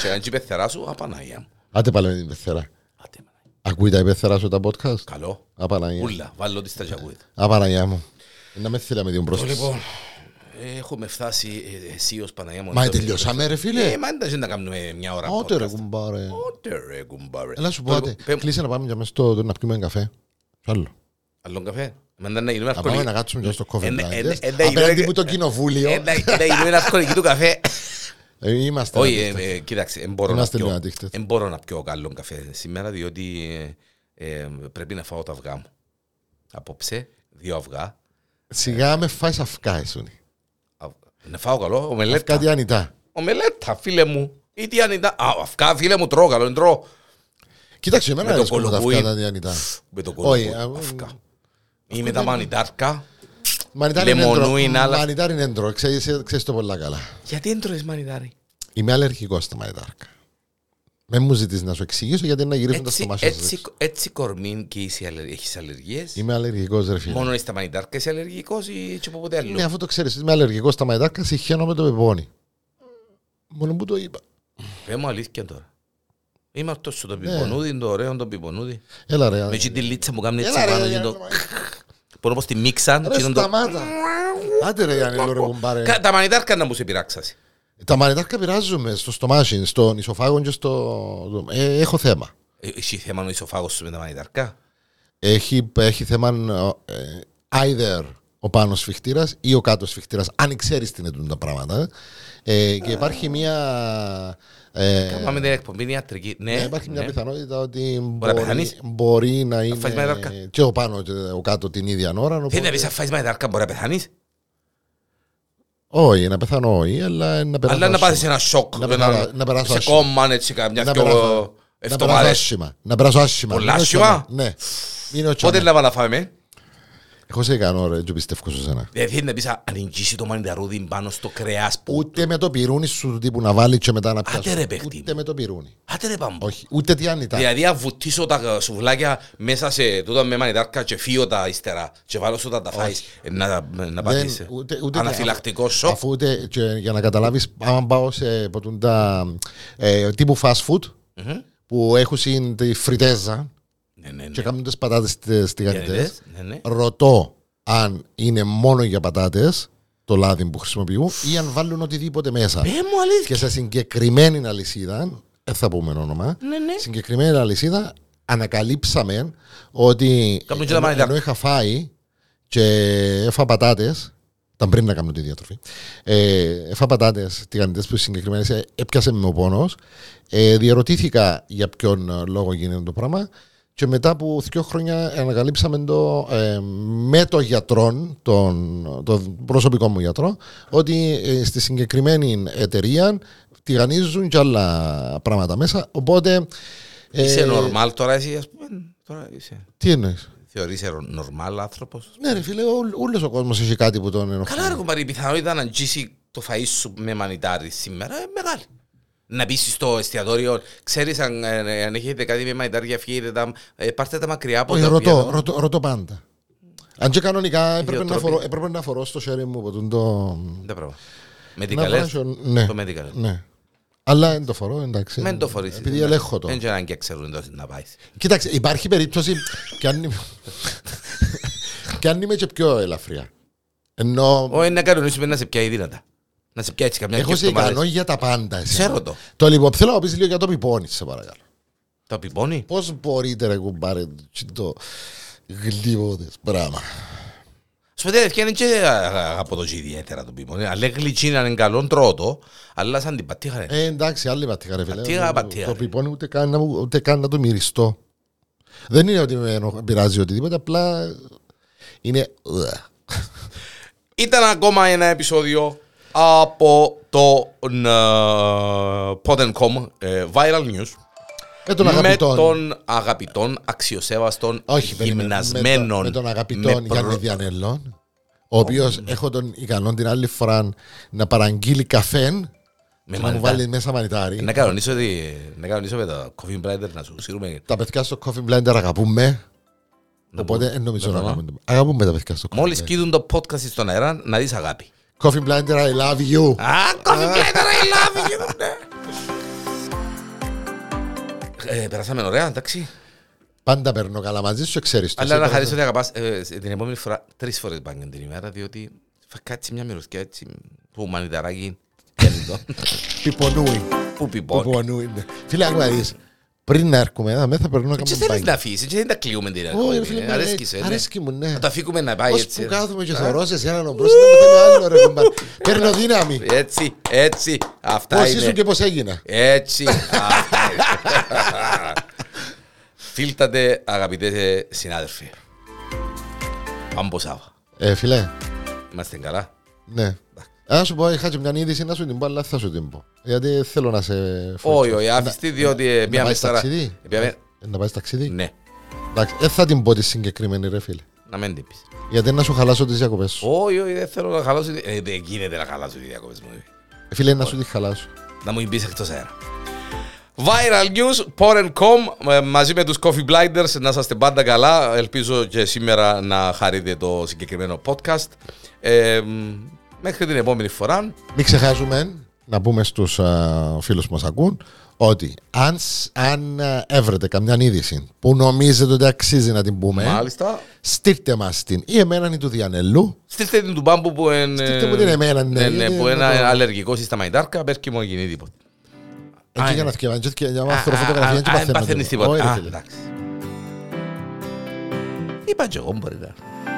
Speaker 1: Και αν και η πεθερά σου, απαναγία μου.
Speaker 2: Άντε πάλι με την πεθερά.
Speaker 1: Άντε, Παναγία.
Speaker 2: Ακούει τα υπεθερά σου τα podcast.
Speaker 1: Καλό.
Speaker 2: Απαναγία.
Speaker 1: Ούλα, βάλω τη
Speaker 2: Ε,
Speaker 1: στα τζακούδα.
Speaker 2: Απαναγία μου. Να με θέλαμε δύο
Speaker 1: Το
Speaker 2: πρόσφαση.
Speaker 1: Λοιπόν, έχουμε φτάσει ε, εσύ ως Παναγία μου.
Speaker 2: Μα
Speaker 1: να το
Speaker 2: τελειώσαμε ρε φίλε.
Speaker 1: Ε, μα δεν να κάνουμε μια ώρα.
Speaker 2: Ότε ρε
Speaker 1: podcast.
Speaker 2: κουμπάρε.
Speaker 1: Ότε ρε κουμπάρε.
Speaker 2: Έλα σου πω,
Speaker 1: Το
Speaker 2: άντε.
Speaker 1: λοιπόν, πέ-
Speaker 2: Κλείσε να πάμε για μέσα στο να πιούμε ένα καφέ. Σ' άλλο.
Speaker 1: Άλλον καφέ. Εμένα να γίνουμε
Speaker 2: Να πάμε
Speaker 1: αρκολί.
Speaker 2: να κάτσουμε για στο Covent
Speaker 1: Ένα- ένα-
Speaker 2: Garden.
Speaker 1: ένα-
Speaker 2: Απέναντι
Speaker 1: ένα-
Speaker 2: μου το κοινοβούλιο.
Speaker 1: Ε, Να γίνουμε ένα αρκολί του
Speaker 2: <laughs>
Speaker 1: καφέ.
Speaker 2: Ε, Είμαστε.
Speaker 1: Όχι,
Speaker 2: αντίκτες.
Speaker 1: ε, ε, κοίταξε, δεν μπορώ να
Speaker 2: Είμαστε λίγο
Speaker 1: πιω.
Speaker 2: αντίκτες.
Speaker 1: Δεν μπορώ να πιω καλό καφέ σήμερα, διότι ε, ε, πρέπει να φάω τα αυγά μου. Απόψε, δύο αυγά.
Speaker 2: Σιγά με φάει αυκά εσύ.
Speaker 1: Αυ- Να φάω καλό, ομελέτα.
Speaker 2: Κάτι ανητά.
Speaker 1: Ομελέτα, φίλε μου. Ή τι αν ήταν. Α, αυγά, φίλε μου, τρώω καλό, δεν τρώω.
Speaker 2: Κοίταξε, εμένα
Speaker 1: Με το
Speaker 2: αρέσκουν μου τα
Speaker 1: κολοκούι.
Speaker 2: αυγά τα ανητά.
Speaker 1: Με το
Speaker 2: Όχι,
Speaker 1: κόλπο,
Speaker 2: α,
Speaker 1: αυγά. Ή με τα μανιτάρκα.
Speaker 2: Μανιτάρι είναι
Speaker 1: Λεμονού
Speaker 2: έντρο.
Speaker 1: είναι άλλα.
Speaker 2: Μανιτάρι είναι έντρο. Ξέρεις ξέρεις το πολλά καλά.
Speaker 1: Γιατί δεν τρώεις μανιτάρι.
Speaker 2: Είμαι αλλεργικός στα μανιτάρκα. Με μου ζητήσει να σου εξηγήσω γιατί να γυρίσουν τα
Speaker 1: Έτσι-
Speaker 2: στομάχια σου.
Speaker 1: έτσι- Έτσι κορμήν και είσαι αλλε- έχεις αλλεργίες.
Speaker 2: Είμαι αλλεργικός, ρε φίλε.
Speaker 1: Μόνο στα μανιτάρκα είσαι αλλεργικός ή και από ποτέ άλλο.
Speaker 2: Ναι, αφού το ξέρεις, είμαι αλλεργικός στα μανιτάρκα, συχαίνω με το πεπόνι. Μόνο που το είπα.
Speaker 1: Πες Ε, μου αλήθεια τώρα. Είμαι αυτός σου το
Speaker 2: Ναι.
Speaker 1: πιπονούδι, το ωραίο το πιπονούδι.
Speaker 2: Έλα ρε.
Speaker 1: Με εκείνη τη λίτσα που κάνει έτσι
Speaker 2: Ε, ναι. Έλα
Speaker 1: πάνω
Speaker 2: ρε.
Speaker 1: και
Speaker 2: Γιάννη,
Speaker 1: το...
Speaker 2: μα-
Speaker 1: Μπορώ πως τη μίξαν
Speaker 2: Ρε
Speaker 1: και το...
Speaker 2: σταμάτα. Άντε ρε Γιάννη, λέω, ρε κουμπάρε.
Speaker 1: Κα- Τα μανιτάρκα να μου σε πειράξασει.
Speaker 2: Τα μανιτάρκα πειράζουμε στο στομάχι, στον ισοφάγο και στο... Ε, έχω θέμα.
Speaker 1: Ε, Έχει θέμα ο ισοφάγος σου με τα μανιτάρκα.
Speaker 2: Έχει, έχει θέμα ε, either ο πάνω σφιχτήρας ή ο κάτω σφιχτήρας, αν ξέρεις τι είναι τούτα τα πράγματα. Ε, και υπάρχει μια. Ε,
Speaker 1: Κάμαμε την εκπομπή είναι ιατρική. Ναι,
Speaker 2: ναι, υπάρχει μια
Speaker 1: ναι.
Speaker 2: πιθανότητα ότι
Speaker 1: να
Speaker 2: μπορεί,
Speaker 1: πεθάνεις.
Speaker 2: μπορεί να είναι
Speaker 1: φας μαϊδάρκα.
Speaker 2: και ο πάνω και ο κάτω την ίδια ώρα.
Speaker 1: Θέλει να
Speaker 2: Οπότε,
Speaker 1: πεις αν ναι, φάεις μανιτάρκα μπορεί να πεθάνεις.
Speaker 2: όχι, να πεθάνω όχι, αλλά να περάσω.
Speaker 1: Αλλά να πάθεις
Speaker 2: άσχημα.
Speaker 1: ένα σοκ.
Speaker 2: Να
Speaker 1: ένα-
Speaker 2: περάσω- να περάσω
Speaker 1: Σε
Speaker 2: άσχημα.
Speaker 1: κόμμα έτσι καμιά
Speaker 2: Να
Speaker 1: δυο
Speaker 2: περάσω- να περάσω
Speaker 1: εβδομάδες.
Speaker 2: άσχημα. Να περάσω άσχημα.
Speaker 1: Πολλά
Speaker 2: Μην ο
Speaker 1: άσχημα.
Speaker 2: τσάμα. Ναι. Μην ο τσάμα.
Speaker 1: Πότε να πάμε να φάμε.
Speaker 2: Εγώ σε κάνω ρε, και πιστεύω σε σένα.
Speaker 1: Δεν θέλει να πεις αν εγγύσει το μανιταρούδι πάνω στο κρέας που...
Speaker 2: Ούτε με το πυρούνι σου του τύπου να βάλει και μετά να πιάσει.
Speaker 1: ρε, παιχτή
Speaker 2: Ούτε με το πυρούνι.
Speaker 1: Άντε ρε παμπό.
Speaker 2: Όχι, ούτε τι ανητά.
Speaker 1: Δηλαδή αν βουτήσω τα σουβλάκια μέσα σε τούτα με μανιτάρκα και φύω τα ύστερα και βάλω σου τα τα φάεις ε, να, να
Speaker 2: Δεν-
Speaker 1: πατήσεις.
Speaker 2: ούτε- ούτε-
Speaker 1: Αναφυλακτικό
Speaker 2: αφού-
Speaker 1: σοκ.
Speaker 2: Αφού ούτε, και για να καταλάβεις, άμα πάω σε ποτούν τα ε, τύπου fast food, που έχουν συν τη φριτέζα
Speaker 1: Ναι, ναι, ναι.
Speaker 2: και κάνουν τις πατάτες τις τηγανιτές,
Speaker 1: Ναι, ναι.
Speaker 2: ρωτώ αν είναι μόνο για πατάτες το λάδι που χρησιμοποιούν ή αν βάλουν οτιδήποτε μέσα.
Speaker 1: Πέ μου αλήθεια.
Speaker 2: Και σε συγκεκριμένη αλυσίδα, δεν θα πούμε όνομα,
Speaker 1: Ναι, ναι.
Speaker 2: συγκεκριμένη αλυσίδα ανακαλύψαμε ότι
Speaker 1: Κάνουν και τα
Speaker 2: ενώ,
Speaker 1: μανιτάρκα.
Speaker 2: ενώ είχα φάει και έφα πατάτες, ήταν πριν να κάνω τη διατροφή, ε, έφα πατάτες τηγανιτές που συγκεκριμένες ε, έπιασε με ο πόνος, ε, διαρωτήθηκα για ποιον ε, λόγο γίνεται το πράγμα και μετά από δύο χρόνια ανακαλύψαμε το, ε, με το γιατρό, τον, τον προσωπικό μου γιατρό, ότι ε, στη συγκεκριμένη εταιρεία τηγανίζουν και άλλα πράγματα μέσα. Οπότε. ε,
Speaker 1: Είσαι νορμάλ τώρα εσύ ας πούμε. Τώρα είσαι.
Speaker 2: Τι εννοείς.
Speaker 1: Θεωρείς νορμάλ άνθρωπος.
Speaker 2: Ναι, ρε φίλε, όλος ο κόσμος έχει κάτι που τον ενοχλεί.
Speaker 1: Καλά ρε κουμπάρι, η πιθανότητα να αγγίσει το φαΐ σου με μανιτάρι σήμερα είναι μεγάλη. Να πεις στο εστιατόριο, ξέρεις αν, ε, αν έχετε κάτι με μανιτάρια, φύγετε τα, ε, πάρτε τα μακριά από
Speaker 2: Όχι,
Speaker 1: τα
Speaker 2: ρωτώ,
Speaker 1: οποία-
Speaker 2: ρωτώ, ρωτώ πάντα. Αν και κανονικά έπρεπε να,
Speaker 1: Ιδιοτροπία.
Speaker 2: φορώ, έπρεπε να φορώ στο χέρι μου από τον το.
Speaker 1: Τα πράγματα.
Speaker 2: να
Speaker 1: Medical
Speaker 2: βάζω-
Speaker 1: alert.
Speaker 2: ναι,
Speaker 1: Το medical alert.
Speaker 2: ναι. Αλλά δεν το φορώ, εντάξει.
Speaker 1: Μεν το φορείς.
Speaker 2: Επειδή
Speaker 1: Ναι.
Speaker 2: ελέγχω το.
Speaker 1: Δεν ξέρω αν και ξέρουν το να πάει.
Speaker 2: Κοίταξε, υπάρχει περίπτωση και αν είμαι, και αν είμαι και πιο ελαφριά. Ενώ
Speaker 1: Όχι, ε, να κανονίσουμε να σε πιάει δυνατά. Να σε πιάει έτσι καμιά
Speaker 2: έχω σε
Speaker 1: εβδομάδες.
Speaker 2: ικανό για τα πάντα. εσύ.
Speaker 1: Ξέρω το.
Speaker 2: Το λοιπόν, θέλω να πεις λίγο για το πιπώνι, σε παρακαλώ.
Speaker 1: Το πιπώνει.
Speaker 2: Πώς μπορείτε να κουμπάρε το γλυβόδες πράγμα.
Speaker 1: Σου παιδιά, ευκαιρία είναι και α, από το ζει ιδιαίτερα το πιπώνει. Αλλά γλυτσίνα είναι καλό, τρώω το. Αλλά σαν την πατήχα,
Speaker 2: Ε, εντάξει, άλλη πατήχα ρε φίλε.
Speaker 1: Πατήχα,
Speaker 2: Το-
Speaker 1: πατήχα,
Speaker 2: Το
Speaker 1: ρε.
Speaker 2: πιπώνι ούτε καν, να μου- ούτε καν να το μυριστώ. Δεν είναι ότι με ενοχ- πειράζει οτιδήποτε, απλά είναι...
Speaker 1: Ήταν ακόμα ένα επεισόδιο από το ε, Pod.com ε, Viral News
Speaker 2: Με τον
Speaker 1: με
Speaker 2: αγαπητόν.
Speaker 1: τον αγαπητόν αξιοσέβαστον
Speaker 2: Όχι, περίμενε, με,
Speaker 1: γυμνασμένον
Speaker 2: τον- με τον αγαπητόν
Speaker 1: με προ- ναι.
Speaker 2: Γιάννη Διανελόν, ο οποίος έχω τον ικανόν την άλλη φορά να παραγγείλει καφέν και να μου
Speaker 1: μανιτάρι.
Speaker 2: βάλει μέσα μανιτάρι.
Speaker 1: Να κανονίσω, ότι, να κανονίσω με τα Coffee Blinder να σου σύρουμε.
Speaker 2: Τα παιδιά στο Coffee Blender αγαπούμε.
Speaker 1: Να
Speaker 2: Οπότε Ναι.
Speaker 1: πούμε.
Speaker 2: δεν νομίζω να
Speaker 1: Βέβαια.
Speaker 2: αγαπούμε. Αγαπούμε τα παιδιά στο Coffee
Speaker 1: Μόλις
Speaker 2: Blender.
Speaker 1: κοίτουν το podcast στον αέρα, να δεις αγάπη.
Speaker 2: Coffee Blender, I love you.
Speaker 1: Α, Coffee Blinder, I love you. ναι. Ε, Περάσαμε ωραία, εντάξει.
Speaker 2: Πάντα παίρνω καλά μαζί σου, ξέρεις.
Speaker 1: Αλλά να χαρίσω ότι αγαπάς ε, σε- την επόμενη φορά τρεις φορές μπάνιον την ημέρα, διότι θα κάτσει μια μυρωδιά έτσι που μανιταράκι
Speaker 2: <laughs>
Speaker 1: κέντο,
Speaker 2: Πιπονούι.
Speaker 1: που πιπών.
Speaker 2: Πιπονούι. ναι. Φίλε, άκου να δεις. Πριν να έρχομαι, εδώ, θα περνώ
Speaker 1: Και
Speaker 2: κάποιο
Speaker 1: θέλεις να
Speaker 2: μπάνιο.
Speaker 1: αφήσεις, και δεν τα κλείουμε την
Speaker 2: Ω, ρε
Speaker 1: ερχόμενη,
Speaker 2: φίλε,
Speaker 1: ε,
Speaker 2: μου,
Speaker 1: αρέσκει σε,
Speaker 2: ε,
Speaker 1: ναι.
Speaker 2: αρέσκει μου, ναι.
Speaker 1: Να το αφήκουμε να πάει
Speaker 2: Ως
Speaker 1: έτσι.
Speaker 2: που
Speaker 1: ε.
Speaker 2: κάθομαι και θωρώ σε έναν ομπρός, δεν με θέλω άλλο ρε κουμπάρ. Παίρνω
Speaker 1: Ε,
Speaker 2: δύναμη.
Speaker 1: Έτσι, έτσι, αυτά
Speaker 2: Πώς ήσουν
Speaker 1: είναι.
Speaker 2: και πώς έγινα.
Speaker 1: Έτσι. αυτά είναι. <laughs> Φίλτατε, αγαπητέ ε, συνάδελφοι. Πάμπο Σάβα.
Speaker 2: Ε, φίλε,
Speaker 1: Είμαστε καλά.
Speaker 2: ναι. Αν σου πω, είχα και μια είδηση να σου την πω, αλλά θα σου την πω. Γιατί θέλω να σε φορτώσω.
Speaker 1: Όχι, όχι, άφηστη, διότι ε,
Speaker 2: Να
Speaker 1: πήγαμε
Speaker 2: πάει
Speaker 1: τώρα.
Speaker 2: ταξίδι.
Speaker 1: πήγαμε-
Speaker 2: Ε, Να πάει ταξίδι.
Speaker 1: Ναι,
Speaker 2: Εντάξει, δεν θα την πω τη συγκεκριμένη, ρε φίλε.
Speaker 1: να μην την πεις.
Speaker 2: Γιατί να σου χαλάσω τις διακοπές σου.
Speaker 1: Όχι, όχι, δεν θέλω να χαλάσω. Ε, Δεν γίνεται να χαλάσω οι διακοπές μου.
Speaker 2: Ε, Φίλε, να σου τη χαλάσω.
Speaker 1: Να μου πεις εκτός αέρα. Viral News, Porn.com, ε, μαζί με τους Coffee Blinders, να είστε πάντα καλά. Ελπίζω και σήμερα να χαρείτε το συγκεκριμένο podcast. Ε, μ, μέχρι την επόμενη φορά.
Speaker 2: Μην ξεχάσουμε να πούμε στους α, φίλους που μας ακούν ότι αν, σ- αν α, έβρετε καμιά είδηση που νομίζετε ότι αξίζει να την πούμε,
Speaker 1: Μάλιστα.
Speaker 2: στείλτε μας την ή εμένα ή του Διανελού.
Speaker 1: Στείλτε την του μπάμπου που είναι.
Speaker 2: Στείλτε μου την εμένα, ναι,
Speaker 1: ναι, ναι,
Speaker 2: γιατί
Speaker 1: που
Speaker 2: δεν
Speaker 1: είναι
Speaker 2: το-
Speaker 1: αλλεργικό στα μαϊντάρκα, πες και μου γίνει τίποτα. Α,
Speaker 2: Εκεί
Speaker 1: ναι.
Speaker 2: για να θυκευάνε, και για να
Speaker 1: Α,
Speaker 2: μάθω φωτογραφία,
Speaker 1: α,
Speaker 2: και
Speaker 1: α, Αν
Speaker 2: παθαίνω
Speaker 1: παθαίνεις
Speaker 2: τίποτα.
Speaker 1: τίποτα.
Speaker 2: Όχι, ρε
Speaker 1: Α,
Speaker 2: φίλε.
Speaker 1: εντάξει. Είπα και εγώ μπορεί να.